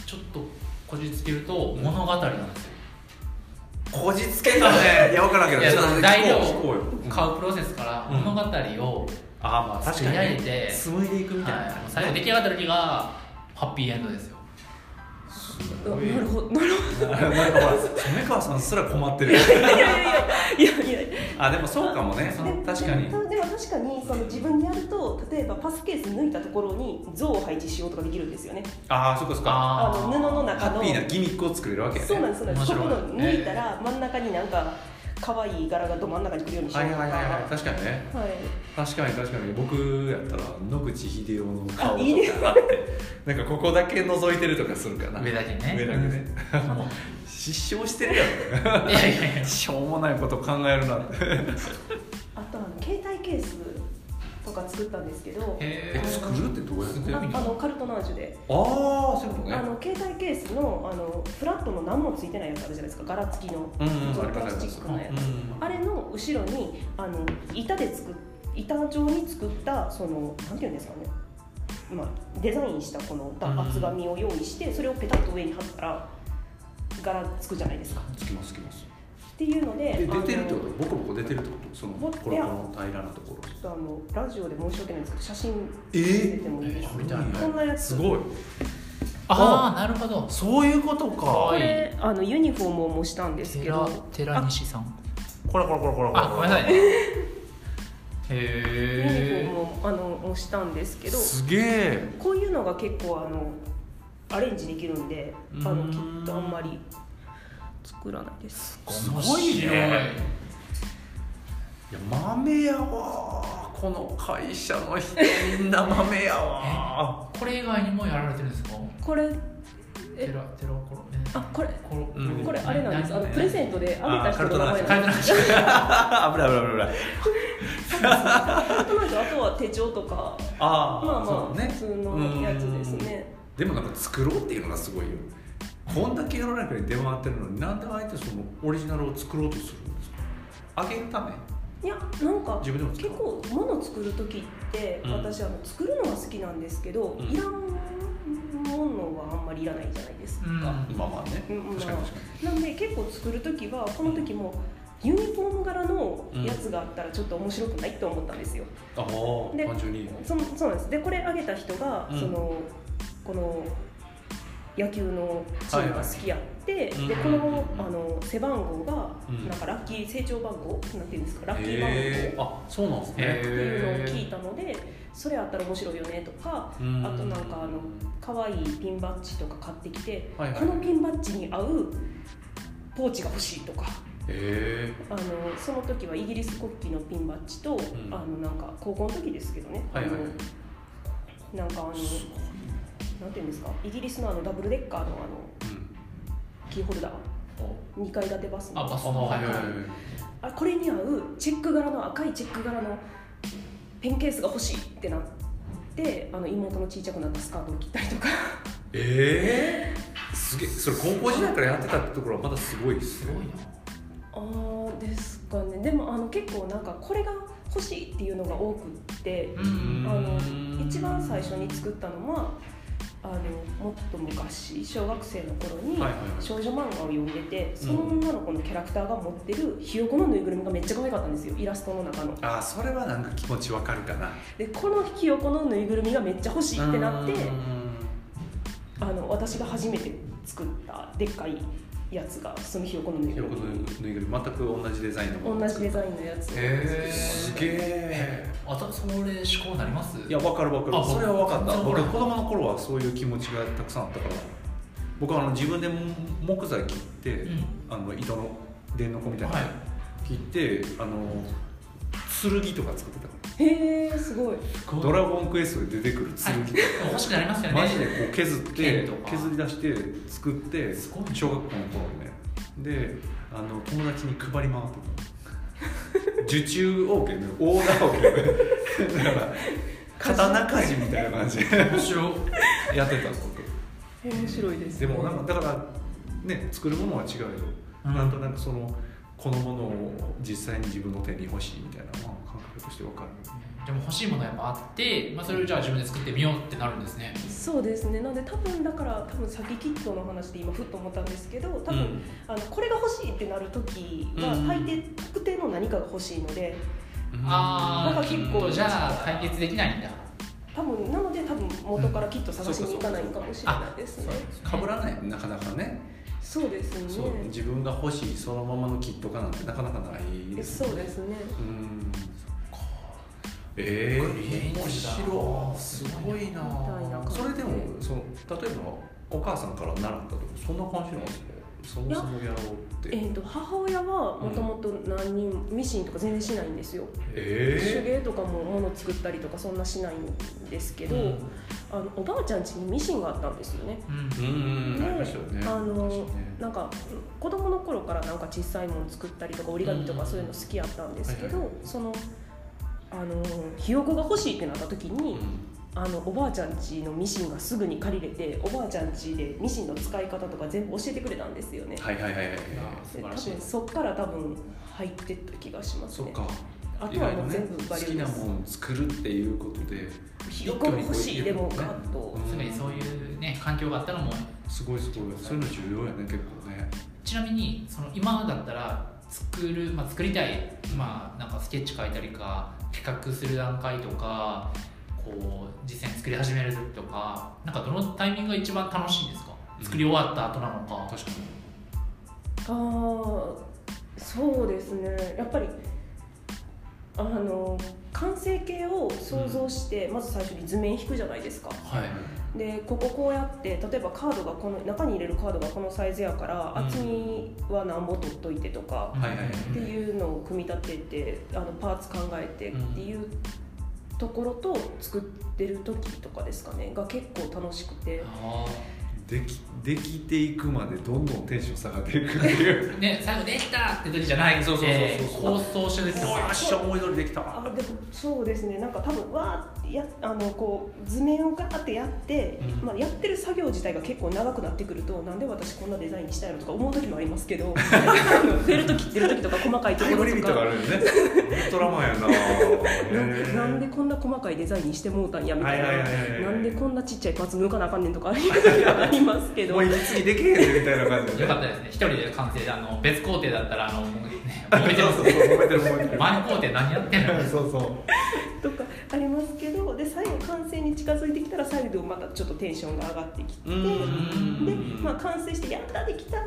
Speaker 1: ちょっとこじつけると物語なんですよ
Speaker 2: こじつけた ねいや分からん
Speaker 1: いや材料を
Speaker 2: 聞こうよ
Speaker 1: 買うプロセスから
Speaker 2: うん
Speaker 1: 物語を
Speaker 2: あーまあ確か
Speaker 1: 作
Speaker 2: に、
Speaker 1: り上げて
Speaker 2: 紡いでいくみたいな、
Speaker 1: はい最後出来上がった時がハッピーエンドですよ
Speaker 2: す
Speaker 4: うわ
Speaker 2: ごい
Speaker 4: なるほどなるほ
Speaker 2: なんかほら染川さんすら困ってる
Speaker 4: どいやいやいやいやいや
Speaker 2: あでもそうかもね
Speaker 4: でも
Speaker 2: 確かに
Speaker 4: でもでも確かにその自分でやると例えばパスケース抜いたところに像を配置しようとかできるんですよね
Speaker 2: ああそっかそっか
Speaker 4: あの布の
Speaker 2: ハ
Speaker 4: 中の
Speaker 2: ッピーなギミックを作れるわけやね
Speaker 4: そうなんですそうなんですそ
Speaker 1: 面
Speaker 4: こ
Speaker 1: 白い
Speaker 4: の抜いたら真ん中になんか可愛い柄がど真ん中に来るようにしよ
Speaker 2: は
Speaker 4: う
Speaker 2: い
Speaker 4: とか
Speaker 2: はいはいはい確かにね
Speaker 4: はい
Speaker 2: 確かに確かに僕やったら野口英世の顔と
Speaker 4: あいいね
Speaker 2: かあってなんかここだけ覗いてるとかするかな
Speaker 1: 上だけね
Speaker 2: 上だけねもう失笑してるや
Speaker 1: いやいやいや
Speaker 2: ろ しょうもないこと考えるなって
Speaker 4: あとあの携帯ケースとか作ったんですけど
Speaker 1: へ
Speaker 2: え作るってどうやっ
Speaker 1: す
Speaker 2: て
Speaker 1: ごい
Speaker 4: あ
Speaker 1: な
Speaker 4: あのカルトナージュで、
Speaker 2: ああそういうことね
Speaker 4: あの携帯ケースのあのフラットの何もついてないやつあるじゃないですか柄付きの、
Speaker 2: うんうん
Speaker 4: そ
Speaker 2: あ
Speaker 4: の
Speaker 2: り
Speaker 4: プ
Speaker 2: ま
Speaker 4: ラ
Speaker 2: す
Speaker 4: ス
Speaker 2: あ
Speaker 4: チ
Speaker 2: り
Speaker 4: ックのやつ、
Speaker 2: ます
Speaker 4: あれの後ろにあの板で作っ板状に作ったそのなんていうんですかね、まあ、デザインしたこのだ
Speaker 2: うん
Speaker 4: 厚紙を用意してそれをペタッと上に貼ったら柄つくじゃないですか
Speaker 2: つきますつきます
Speaker 4: っていうので
Speaker 2: え出てる
Speaker 4: あの
Speaker 2: ってことボコボコ出てるってことその
Speaker 4: ぼ
Speaker 2: コロコロの平らなところ
Speaker 4: ちょっとあのラジオで申し訳ないんですけど写真
Speaker 2: え
Speaker 4: 出てもいいですか、
Speaker 2: みたい
Speaker 4: こんなやつ
Speaker 2: すごい
Speaker 1: ああなるほど
Speaker 2: そういうことか
Speaker 1: か
Speaker 4: こ
Speaker 1: わいい
Speaker 4: れあのユニフォームを模したんですけ
Speaker 1: 寺
Speaker 4: ど
Speaker 1: 寺西さん
Speaker 2: これこれこれこれこれ
Speaker 1: あごめんなさいね
Speaker 4: ユニフォー
Speaker 1: へ
Speaker 4: ムをあの模したんですけど
Speaker 2: すげえ
Speaker 4: こういうのが結構あのアレンジできるんであ
Speaker 2: う
Speaker 4: の
Speaker 2: ん
Speaker 4: きっとあんまり作らないです
Speaker 1: え
Speaker 2: すごいねいや豆やわこの会社の人みんな豆やわ
Speaker 1: これ以外にもやられてるんですか
Speaker 4: これ
Speaker 1: 寺
Speaker 4: え
Speaker 1: 寺コロえ
Speaker 4: あこれ
Speaker 1: コロ
Speaker 2: うん
Speaker 4: これあれなんですあの
Speaker 1: ね
Speaker 4: プレゼントであげた人の名前
Speaker 1: カ
Speaker 4: な
Speaker 1: ル
Speaker 4: ん
Speaker 1: ト
Speaker 4: です
Speaker 1: ラ ジ
Speaker 2: あ危ない危ない危ない危ない
Speaker 4: あとなんかあとは手帳とか
Speaker 2: あ
Speaker 4: まあま
Speaker 2: そ
Speaker 4: あ、
Speaker 2: うね
Speaker 4: 普通のやつですね
Speaker 2: でもなんか作ろうっていうのがすごいよこんだけ世の中に出回ってるのになんであえてそのオリジナルを作ろうとするんですかあげるため
Speaker 4: いやなんか
Speaker 2: 自分でも作
Speaker 4: 結
Speaker 2: る
Speaker 4: 構物作る時って
Speaker 2: うん
Speaker 4: 私あの作るのは好きなんですけど、
Speaker 2: うん
Speaker 4: いらんものはあんまりいらないじゃないですか、
Speaker 1: うん
Speaker 2: まあまあね
Speaker 4: うんうん
Speaker 2: 確かに確か
Speaker 4: なんで結構作る時はこの時もユニフォーム柄のやつがあったらちょっと面白くないと思ったんですよ、
Speaker 2: に
Speaker 4: で
Speaker 2: ああ単純に
Speaker 4: そのそうなんですでこれあげた人が、
Speaker 2: うん
Speaker 4: そのこの野球のチームが好きやって、
Speaker 2: はい
Speaker 4: で
Speaker 2: うん
Speaker 4: このあの背番号が
Speaker 2: うん
Speaker 4: なんかラッキー成長番号なんていうんですかラッキー番号
Speaker 2: へえあそうなんですね
Speaker 4: っていうのを聞い
Speaker 1: へ
Speaker 4: たのでそれあったら面白いよねとか
Speaker 2: うん
Speaker 4: あとなんかあの可愛いピンバッジとか買ってきて、
Speaker 2: はいはい
Speaker 4: このピンバッジに合うポーチが欲しいとか
Speaker 2: へ
Speaker 4: あのその時はイギリス国旗のピンバッジと、
Speaker 2: ん
Speaker 4: あのなんか高校の時ですけどね、
Speaker 2: えはいはい
Speaker 4: あのなんかあの
Speaker 2: すごい
Speaker 4: なんていうんですかイギリスのあのダブルデッカーのあの
Speaker 2: うん
Speaker 4: キーホルダー2階建てバス
Speaker 1: あ
Speaker 4: の
Speaker 1: バス
Speaker 2: あ
Speaker 1: の
Speaker 2: はいはいはい
Speaker 4: あこれに合うチェック柄の赤いチェック柄のペンケースが欲しいってなってあの妹の小さくなったスカートを切ったりとか
Speaker 2: ええすげえそれ高校時代からやってたってところはまだすごいです
Speaker 1: すごい
Speaker 2: ね
Speaker 1: な
Speaker 4: あーですかねでもあの結構なんかこれが欲しいっていうのが多くって
Speaker 1: う
Speaker 4: あ
Speaker 1: ん
Speaker 4: の一番最初に作ったのはあのもっと昔小学生の頃に
Speaker 2: はいはいはい
Speaker 4: 少女漫画を読んでてその女の子のキャラクターが持ってるひよこのぬいぐるみがめっちゃ可愛かったんですよイラストの中の。
Speaker 2: あーそれはなんか気持ちわかるかな
Speaker 4: でこのひよこのぬいぐるみがめっちゃ欲しいってなって
Speaker 2: うん
Speaker 4: あの私が初めて作ったでっかいやつがそのひよこのぬい
Speaker 2: ひ
Speaker 4: ぐ
Speaker 2: よ
Speaker 4: る
Speaker 2: この
Speaker 4: み
Speaker 2: ぬいぐるみ全く同じデザインのもの
Speaker 4: 同じデザインのやつを
Speaker 2: へえ
Speaker 1: す
Speaker 2: すげえ
Speaker 1: あたそれ思考になります
Speaker 2: いやわかるわか
Speaker 1: あ
Speaker 2: るそれはわかっ
Speaker 1: 全
Speaker 2: た
Speaker 1: 然わか
Speaker 2: 俺
Speaker 1: らん
Speaker 2: 子供の頃はそういう気持ちがたくさんあったから僕はあの自分で木材切って、
Speaker 1: うん
Speaker 2: あの糸の電の子みたいな
Speaker 1: はい
Speaker 2: の切って、あの剣とか作ってたか
Speaker 4: へえすごい
Speaker 2: らドラゴンクエストで出てくる剣とか、
Speaker 1: 欲しくなりますよね
Speaker 2: マジでこう削って
Speaker 1: 剣とか
Speaker 2: 削り出して作って
Speaker 1: すごい
Speaker 2: 小学校の頃ねであの友達に配り回って た受注オーケーねオーダーオーケーねだから刀鍛冶みたいな感じ で
Speaker 1: 面白い
Speaker 2: やってたこと
Speaker 4: 面白いです
Speaker 2: でもなんかだからね作るものは違うよ、
Speaker 1: うん
Speaker 2: なんとなくそのこのものを実際に自分の手に欲しいみたいなのは感覚としてわかる
Speaker 1: でも欲しいものやっぱあって、まあ、それをじゃあ自分で作ってみようってなるんですね
Speaker 4: そうですねなんで多分だから多分さっきキットの話で今ふっと思ったんですけど多分、
Speaker 2: うん
Speaker 4: あのこれが欲しいってなる時は
Speaker 2: うん
Speaker 4: 大抵特定の何かが欲しいので
Speaker 1: ああ
Speaker 4: なんか結構
Speaker 1: じゃあ解決できないんだ
Speaker 4: 多分なので多分元からキット探しに行かないかもしれないですね、
Speaker 2: かぶらないなかなかね
Speaker 4: そうですね
Speaker 2: そう自分が欲しいそのままのキットかなんてなかなかない
Speaker 4: え
Speaker 2: です
Speaker 4: そうですね
Speaker 2: うんえ
Speaker 1: クリエイテ
Speaker 2: ー、面
Speaker 1: ィブだ
Speaker 2: 白いすごいな
Speaker 4: みたいな感じで
Speaker 2: それでもその例えばお母さんから習ったとかそんな感じなんですかそもそもやろうっ
Speaker 4: え
Speaker 2: て
Speaker 4: ー、と母親はもともと何人ミシンとか全然しないんですよ、手
Speaker 2: え
Speaker 4: 芸とかも物作ったりとかそんなしないんですけど、あのおばあちゃん家にミシンがあったんですよね
Speaker 1: うん
Speaker 2: ー、うんうん
Speaker 4: ね
Speaker 2: ありましたよね
Speaker 4: あ
Speaker 2: あ
Speaker 4: の
Speaker 2: りましたね
Speaker 4: なんか子供の頃からなんか小さいもの作ったりとか折り紙とかそういうの好きやったんですけど、
Speaker 2: はいは
Speaker 4: そのあのひよこが欲しいってなった時に、
Speaker 2: う
Speaker 4: あのおばあちゃん家のミシンがすぐに借りれておばあちゃん家でミシンの使い方とか全部教えてくれたんですよね
Speaker 2: ん、はいはいはいはい
Speaker 1: あ素
Speaker 4: で
Speaker 1: 晴
Speaker 4: 多
Speaker 1: ら
Speaker 4: 分
Speaker 1: しい
Speaker 4: そっから多分入ってった気がします
Speaker 2: そっ
Speaker 4: ね
Speaker 2: か
Speaker 4: あ
Speaker 2: 意
Speaker 4: とは
Speaker 2: 外と
Speaker 4: もう
Speaker 2: ね
Speaker 4: 全部
Speaker 2: 好
Speaker 4: バリ
Speaker 2: き
Speaker 4: ュー
Speaker 2: な
Speaker 4: です
Speaker 2: ものを作るっていうことで
Speaker 4: ひよこが欲しいでもガッと
Speaker 1: 確かにそういうね環境があったのも
Speaker 2: すごいすごいそういうの重要やね結構ね
Speaker 1: ちなみにその今だったら作る、まあ、作りたい、まあ、なんかスケッチ書いたりか企画する段階とかこう実際に作り始める時とかなんかどのタイミングが一番楽しいんですか
Speaker 2: うん
Speaker 1: 作り終わった後なのか、
Speaker 2: 確かに
Speaker 4: あーそうですねやっぱりあの完成形を想像して、まず最初に図面引くじゃないですか
Speaker 1: はい
Speaker 4: でこここうやって例えばカードがこの中に入れるカードがこのサイズやから、
Speaker 1: うん
Speaker 4: 厚みは何ぼ取っといてとか、
Speaker 2: はいはい
Speaker 4: っていうのを組み立ててあのパーツ考えてっていうところと作ってる時とかですかねが結構楽しくて
Speaker 1: あ
Speaker 2: できできていくまでどんどんテンション下がっていくっていう
Speaker 1: ーね最後できたって時じゃない
Speaker 2: そうそうそうそうそう
Speaker 1: 構想してる時とか
Speaker 2: 思い通りできた
Speaker 4: あでもそうですねなんか多分わーってやあのこう図面をガーってやって、
Speaker 1: うん
Speaker 4: まあ、やってる作業自体が結構長くなってくるとなんで私こんなデザインにしたいのとか思う時もありますけ どあのフェルト切ってる時とか細かいと
Speaker 2: タ
Speaker 4: こ
Speaker 2: イ
Speaker 4: ろ
Speaker 2: ムリミ
Speaker 4: と
Speaker 2: ットがあ
Speaker 4: か。
Speaker 2: るよねウルトラマンやなへー
Speaker 4: ななんでこんな細かいデザインにしてもうたんやみたい
Speaker 2: はいはいはいはい
Speaker 4: ななんでこんなちっちゃいパーツ抜かなあかんねんとかありありますけど
Speaker 2: もう息継ぎできへんでみたいな感じで
Speaker 1: よ
Speaker 2: ね
Speaker 1: かったですね一人で完成であの別工程だったらあのもうね
Speaker 2: そう
Speaker 1: 揉めてます
Speaker 2: そうそう揉めてる揉めてる
Speaker 1: 前の工程何やってんの
Speaker 2: そうそう
Speaker 4: とかありますけどで最後完成に近づいてきたら再度またちょっとテンションが上がってきて
Speaker 2: うんうん
Speaker 4: で、まあ、完成して「やったできた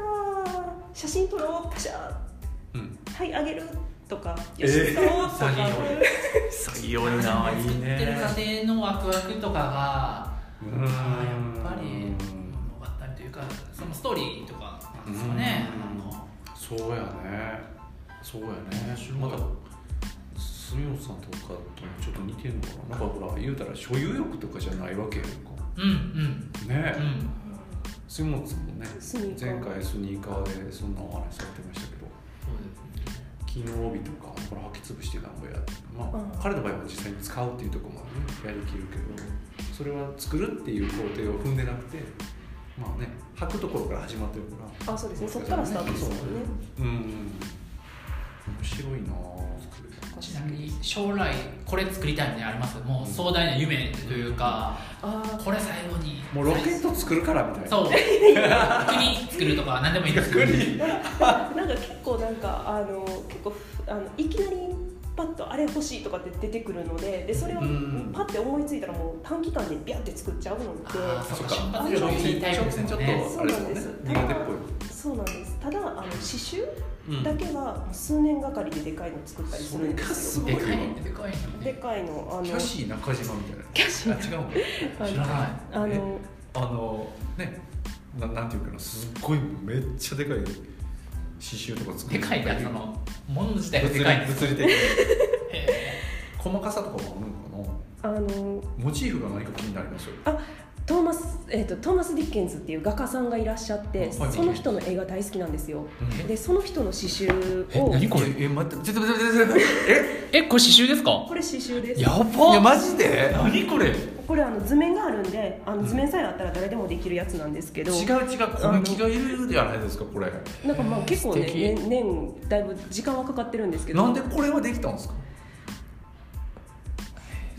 Speaker 4: 写真撮ろうパシャ
Speaker 2: うん
Speaker 4: はいあげる」とか「
Speaker 2: えー
Speaker 4: よし撮ろう」とか、
Speaker 1: 詐欺
Speaker 2: 採用にないい
Speaker 1: 作ってる
Speaker 2: ね
Speaker 1: 過程のワクワクとかがあ
Speaker 2: うん
Speaker 1: ーやっぱり物語というかそのストーリーとかなんですかね
Speaker 2: うん
Speaker 1: なんか
Speaker 2: そうやねそうやねまた住本さんとかともちょっと似てるのかななんかほら言うたら所有欲とかじゃないわけやんか
Speaker 1: うんうん
Speaker 2: ね
Speaker 1: うん
Speaker 2: 杉本さんもね
Speaker 4: スニーカ
Speaker 2: 前
Speaker 4: ー
Speaker 2: 回スニーカーでそんなお話されてましたけど
Speaker 1: そうですね
Speaker 2: 金曜日とかこれ履き潰してなんぼやってまあ、
Speaker 4: うん
Speaker 2: 彼の場合は実際に使うっていうところまでねやりきるけどそれは作るっていう工程を踏んでなくてまあね履くところから始まってるから
Speaker 4: あそうですねそっからスタートですもんね
Speaker 2: うん面白いな作る
Speaker 1: ちなみに将来これ作りたいみたいなのありますもう壮大な夢というか、
Speaker 4: あ
Speaker 1: これ最後に
Speaker 2: もうロケット作るからみたいな
Speaker 1: そう国作るとか何でもいいですけど
Speaker 2: 逆に
Speaker 4: あなんか結構なんかあの結構あのいきなりパッとあれ欲しいとかって出てくるのででそれを
Speaker 2: うん
Speaker 4: パッて思いついたらもう短期間でビャって作っちゃうので
Speaker 1: ああそ
Speaker 2: そ
Speaker 1: っか
Speaker 2: っか
Speaker 1: 瞬発力
Speaker 2: 挑
Speaker 1: いい
Speaker 2: 戦
Speaker 1: タイプですもん
Speaker 2: ちょっ
Speaker 1: ね
Speaker 2: とあれですもんね
Speaker 4: そうなんです
Speaker 2: 苦手っぽい
Speaker 4: そうなんですただあの刺繍
Speaker 2: うん
Speaker 4: だけはもう数年がかりででかいの作ったりするんですよ
Speaker 2: そ
Speaker 1: で
Speaker 2: れが
Speaker 1: か
Speaker 2: す
Speaker 1: い
Speaker 2: ごい
Speaker 1: ねでかいね
Speaker 4: でかいのあの
Speaker 2: キャシー中島みたいな
Speaker 4: キャシー
Speaker 2: あ違うんだ
Speaker 4: はい
Speaker 2: 知らない
Speaker 4: あの
Speaker 2: あのねななんていうかなすっごいめっちゃでかい刺繍とか作
Speaker 1: で
Speaker 2: る
Speaker 1: かいやつのもの自体が
Speaker 2: 物
Speaker 1: で
Speaker 2: 理
Speaker 1: かいんです
Speaker 2: 物理的に
Speaker 1: へ
Speaker 2: 細かさとかもあるのか
Speaker 4: あの
Speaker 2: なモチーフが何か気になりますよ
Speaker 4: トーマス、えー、とトーマス・ディッケンズっていう画家さんがいらっしゃって
Speaker 2: はい
Speaker 4: その人の絵が大好きなんですよ
Speaker 1: え
Speaker 4: でその人の刺繍を
Speaker 1: 何これ
Speaker 2: ええ待ってちょっと待ってちょっと待ってえ
Speaker 1: えこれ刺繍ですか
Speaker 4: これ刺繍です
Speaker 1: や
Speaker 2: いや
Speaker 1: ば
Speaker 2: マジで何これ違う
Speaker 4: これあの図面があるんであの図面さえあったら誰でもできるやつなんですけど
Speaker 2: 違う小麦がいるではないですかこれ
Speaker 4: なんかまあ結構ね
Speaker 1: 素敵
Speaker 4: 年年だいぶ時間はかかってるんですけど
Speaker 2: なんでこれはできたんですか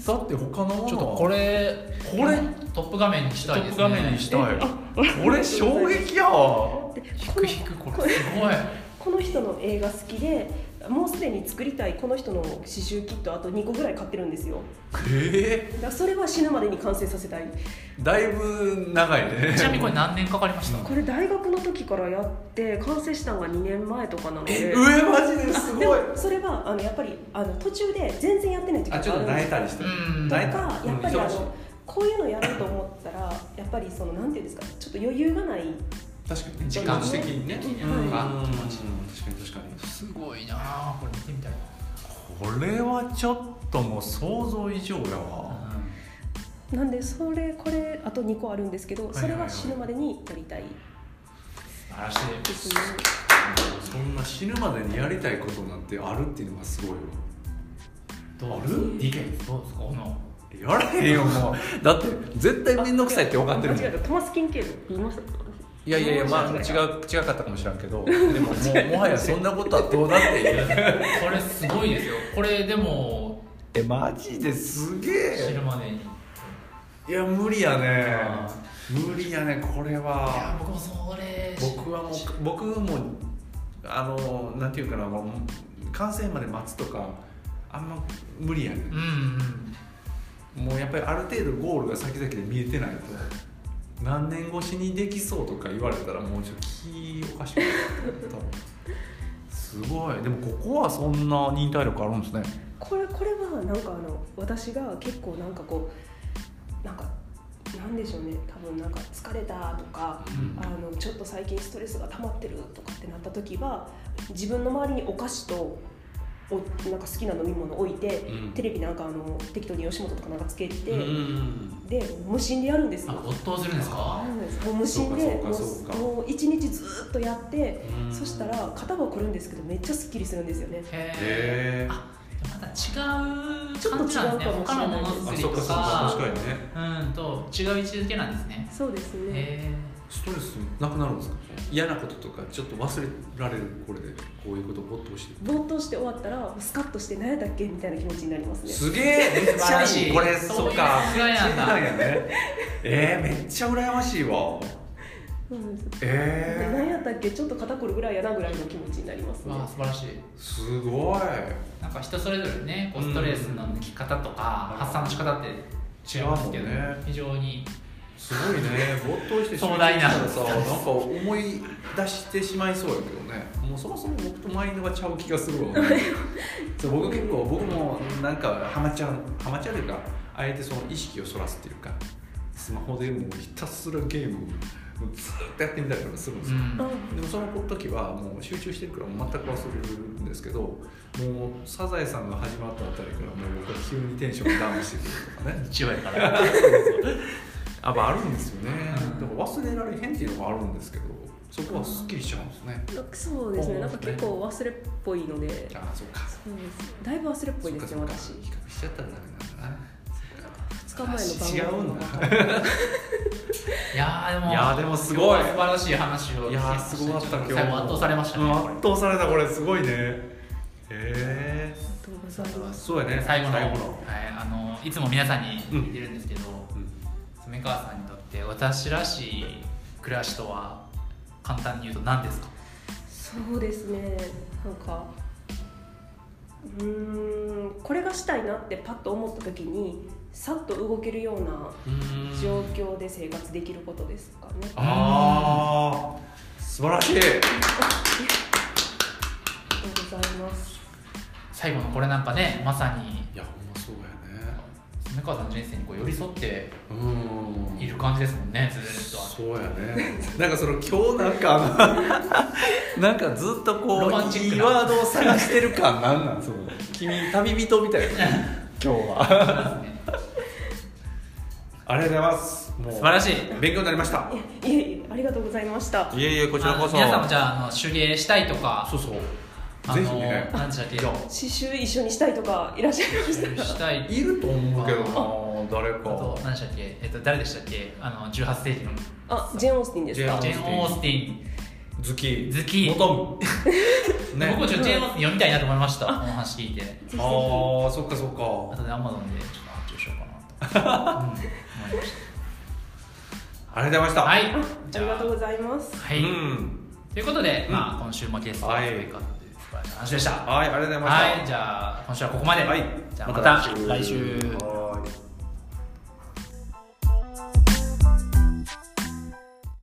Speaker 2: だって他のものは
Speaker 1: ちょっとこれ
Speaker 2: これ
Speaker 1: トップ画面にし
Speaker 2: ト
Speaker 1: たいで
Speaker 2: ッ
Speaker 1: すね
Speaker 2: プ画面にしたい
Speaker 4: あ
Speaker 2: これ衝撃やわ
Speaker 4: で
Speaker 1: 引
Speaker 4: こ
Speaker 1: く
Speaker 4: の
Speaker 1: 引くこれすごい
Speaker 4: この人の映画好きでもうすでに作りたいこの人の刺繍キットあと2個ぐらい買ってるんですよ
Speaker 2: え
Speaker 4: だからそれは死ぬまでに完成させたい
Speaker 2: えだいぶ長いね
Speaker 1: ちなみにこれ何年かかりました
Speaker 4: これ大学の時からやって完成したのが2年前とかなの
Speaker 2: え
Speaker 4: で
Speaker 2: 上マジです
Speaker 4: あで
Speaker 2: ごい
Speaker 4: もそれはあのやっぱりあの途中で全然やってない時 が
Speaker 2: あ
Speaker 4: あ
Speaker 2: ちょっ
Speaker 4: る
Speaker 2: と
Speaker 4: ん
Speaker 2: 泣
Speaker 4: で
Speaker 2: い
Speaker 4: す
Speaker 2: たりして
Speaker 1: うん
Speaker 4: とか
Speaker 2: 泣いた
Speaker 4: やっぱ
Speaker 2: うん
Speaker 4: りあ
Speaker 2: 忙しい
Speaker 4: のこういうのやろうと思ったらやっぱりそのなんていうんですかちょっと余裕がない
Speaker 2: 確かにね
Speaker 4: 時
Speaker 1: 間
Speaker 2: 的にね
Speaker 4: 的に
Speaker 2: うん
Speaker 4: はい
Speaker 2: あ確かに確か
Speaker 1: すごいなあこれ見てみたいな
Speaker 2: にこれはちょっともう想像以上やわ
Speaker 4: なんでそれこれあと2個あるんですけど
Speaker 2: いはい
Speaker 4: それは死ぬまでにやりたい
Speaker 1: 素晴らしい
Speaker 4: ですね、
Speaker 2: そんな死ぬまでにやりたいことなんてあるっていうのがすごい
Speaker 1: ど
Speaker 2: わ
Speaker 1: う
Speaker 2: ある
Speaker 1: ディケンスどうですかこの
Speaker 2: やらへんよもうだって絶対面倒くさいって分かってるもん
Speaker 4: 間違えたトマスキンケード言いました
Speaker 2: いやいやいやまあ違
Speaker 4: 間
Speaker 2: う
Speaker 4: 違
Speaker 2: 違
Speaker 4: えた
Speaker 2: かったかもしれんけどでもも うもはやそんなことはどうだっていい
Speaker 1: これすごいですよこれでも
Speaker 2: えマジですげ
Speaker 1: 知
Speaker 2: え
Speaker 1: るまでにい
Speaker 2: いや無理やね
Speaker 1: あ
Speaker 2: 無理やねこれは
Speaker 1: や僕もそれ
Speaker 2: 僕はもう僕もあのなんていうかなもう完成まで待つとかあんま無理やね
Speaker 1: うんうん
Speaker 2: もうやっぱりある程度ゴールが先々で見えてないと何年越しにできそうとか言われたらもうちょっと気おかしい多分すごいでもここはそんな忍耐力あるんですね
Speaker 4: これこれはなんかあの私が結構なんかこうなんかなんでしょうね多分なんか疲れたとか
Speaker 1: うん
Speaker 4: あのちょっと最近ストレスが溜まってるとかってなった時は自分の周りにお菓子とおなんか好きな飲み物置いて、
Speaker 2: うん
Speaker 4: テレビなんかあの適当に吉本とかなんかつけて、
Speaker 2: うん
Speaker 4: で無心でやるんです
Speaker 1: あ
Speaker 4: よ。
Speaker 1: 没頭するんですか
Speaker 4: そうなんですもう無心で
Speaker 2: そうかそうかそうか
Speaker 4: もうもう一日ずっとやって
Speaker 2: うん
Speaker 4: そしたら肩は凝るんですけどめっちゃすっきりするんですよね
Speaker 1: へえ
Speaker 2: へえ
Speaker 1: あまた違う
Speaker 4: ちょっと
Speaker 1: 感じなんですね
Speaker 4: 違うかも
Speaker 1: 他
Speaker 4: しれ
Speaker 1: のも
Speaker 4: ない
Speaker 1: の
Speaker 4: です
Speaker 1: づ
Speaker 2: あ
Speaker 1: くりと
Speaker 2: そっかそっか
Speaker 1: か
Speaker 2: 確かにね
Speaker 1: うんと違う位置づけなんですね
Speaker 4: そうですね、
Speaker 1: へ
Speaker 2: ストレスなくなるんですか嫌なこととかちょっと忘れられるこれでこういうことぼっとして
Speaker 4: ぼーっとして終わったらスカッとして何やったっけみたいな気持ちになりますね
Speaker 2: すげえ
Speaker 1: え
Speaker 2: 素晴らしいこれそっか
Speaker 1: そういう
Speaker 2: そう
Speaker 1: 考
Speaker 2: なん
Speaker 1: え
Speaker 2: やねえー、めっちゃ羨ましいわ
Speaker 4: そうなんですで何
Speaker 2: え
Speaker 4: やったっけちょっと肩こるぐらいやなぐらいの気持ちになりますね
Speaker 1: なんだわあ素晴らしい
Speaker 2: ー、すごい
Speaker 1: なんか人それぞれねこうストレスの抜き方とか
Speaker 2: うん
Speaker 1: 発散の仕方って違いますけど
Speaker 2: 違うもんね
Speaker 1: 非常に
Speaker 2: すごいね没頭し て
Speaker 1: 壮大な
Speaker 2: 集中したらさなんか思い出してしまいそうやけどねもうそもそも僕とマインドがちゃう気がす るわ、ね、そう僕結構僕もなんかハマっちゃうハマっちゃうというかあえてその意識をそらすっていうかスマホでもうひたすらゲームをずっとやってみたりとかするんです
Speaker 1: う
Speaker 2: よ、
Speaker 1: ん
Speaker 4: あ
Speaker 2: でもその時はもう集中してるから全く忘れるんですけどもう「サザエさん」が始まったあたりからもう僕は急にテンションダウンしてくるとかね
Speaker 1: 一応やから
Speaker 2: あまああるんですよね
Speaker 1: うん
Speaker 2: だから忘れられへんっていうのがあるんですけどそこはすっきりしちゃうんですね
Speaker 4: そうですねなんか結構忘れっぽいのでそうです
Speaker 2: ああそっか
Speaker 4: だいぶ忘れっぽ
Speaker 2: そ
Speaker 4: い
Speaker 2: っ
Speaker 4: で
Speaker 2: か
Speaker 4: す
Speaker 2: そ
Speaker 4: ね
Speaker 2: っか
Speaker 4: 私
Speaker 2: 比較しちゃったらダメなんだ
Speaker 4: 2日前の晩ご飯
Speaker 2: 違
Speaker 1: いやーで
Speaker 2: な
Speaker 1: も
Speaker 2: いやーでもす
Speaker 1: す
Speaker 2: ご
Speaker 1: ご
Speaker 2: い
Speaker 1: い素晴らしい話を
Speaker 2: いやーすごかった今日
Speaker 1: 最後圧倒されましたね
Speaker 2: うん
Speaker 1: これ
Speaker 2: 圧倒されたこれすごいねへえ
Speaker 4: ありがとうございます
Speaker 2: そうやね
Speaker 1: 最後の
Speaker 2: 最
Speaker 1: はい
Speaker 2: 後の、
Speaker 1: あのいつも皆さんに言ってるんですけど、染川さんにとって私らしい暮らしとは簡単に言うと何ですか
Speaker 4: そうですねなんかうーんこれがしたいなってパッと思った時にさっと動けるような
Speaker 2: うん
Speaker 4: 状況で生活できることですかね。
Speaker 2: ああ素晴らしい
Speaker 4: ありがとうございます。
Speaker 1: 最後のこれなんかねまさに
Speaker 2: いやほんまそうやね
Speaker 1: 染川さんの人生にこう寄り添って
Speaker 2: うん
Speaker 1: いる感じですもんねずーっと
Speaker 2: そうやねなんかその今日なん かあのなんかずっとこう
Speaker 1: ロマンチック
Speaker 2: キ
Speaker 1: な
Speaker 2: ーワードを探してる感なんなんその君旅人みたいな今日は
Speaker 1: そうですね
Speaker 2: ありがとうございますもう
Speaker 1: 素晴らしい
Speaker 2: 勉強になりました
Speaker 4: いえいえありがとうございました。
Speaker 2: いえいえこちらこ
Speaker 1: あの
Speaker 2: そ
Speaker 1: 皆さんもじゃああの手芸したいとか
Speaker 2: そうそう
Speaker 1: あ
Speaker 2: ぜ
Speaker 1: の
Speaker 2: ひね
Speaker 1: 何でしたっけ
Speaker 4: 刺繍一緒にしたいとかいらっしゃいました。
Speaker 1: したい
Speaker 2: いると思うけど
Speaker 1: あ
Speaker 2: な誰
Speaker 1: あと
Speaker 2: か
Speaker 1: 何でしたっけえっと誰でしたっけあの18世紀の
Speaker 4: あ、ジェーンオースティンですか
Speaker 1: ジ。ェーン・オースティン
Speaker 2: ズキ
Speaker 1: ズキ
Speaker 2: 求む
Speaker 1: 僕もちょっとジェーン・オースティン読みたいなと思いましたこの話聞いて
Speaker 4: ぜひぜひ
Speaker 2: ああそっかそっ
Speaker 1: あ
Speaker 2: か
Speaker 1: とでアマゾンでちょっと発注しよう かなとうん思いまし
Speaker 2: ありがとうございましたた
Speaker 1: はいい
Speaker 4: ありがとうございます。
Speaker 1: は
Speaker 2: う
Speaker 1: い、
Speaker 2: ん
Speaker 1: ということで、
Speaker 2: うん
Speaker 1: まあ、今週もゲストは
Speaker 2: はい
Speaker 1: ということで素晴らしい話でした
Speaker 2: はいありがとうございました
Speaker 1: はいじゃあ今週はここまで、
Speaker 2: はい
Speaker 1: じゃあま
Speaker 2: ま
Speaker 1: た
Speaker 2: た来週
Speaker 1: 来週
Speaker 2: は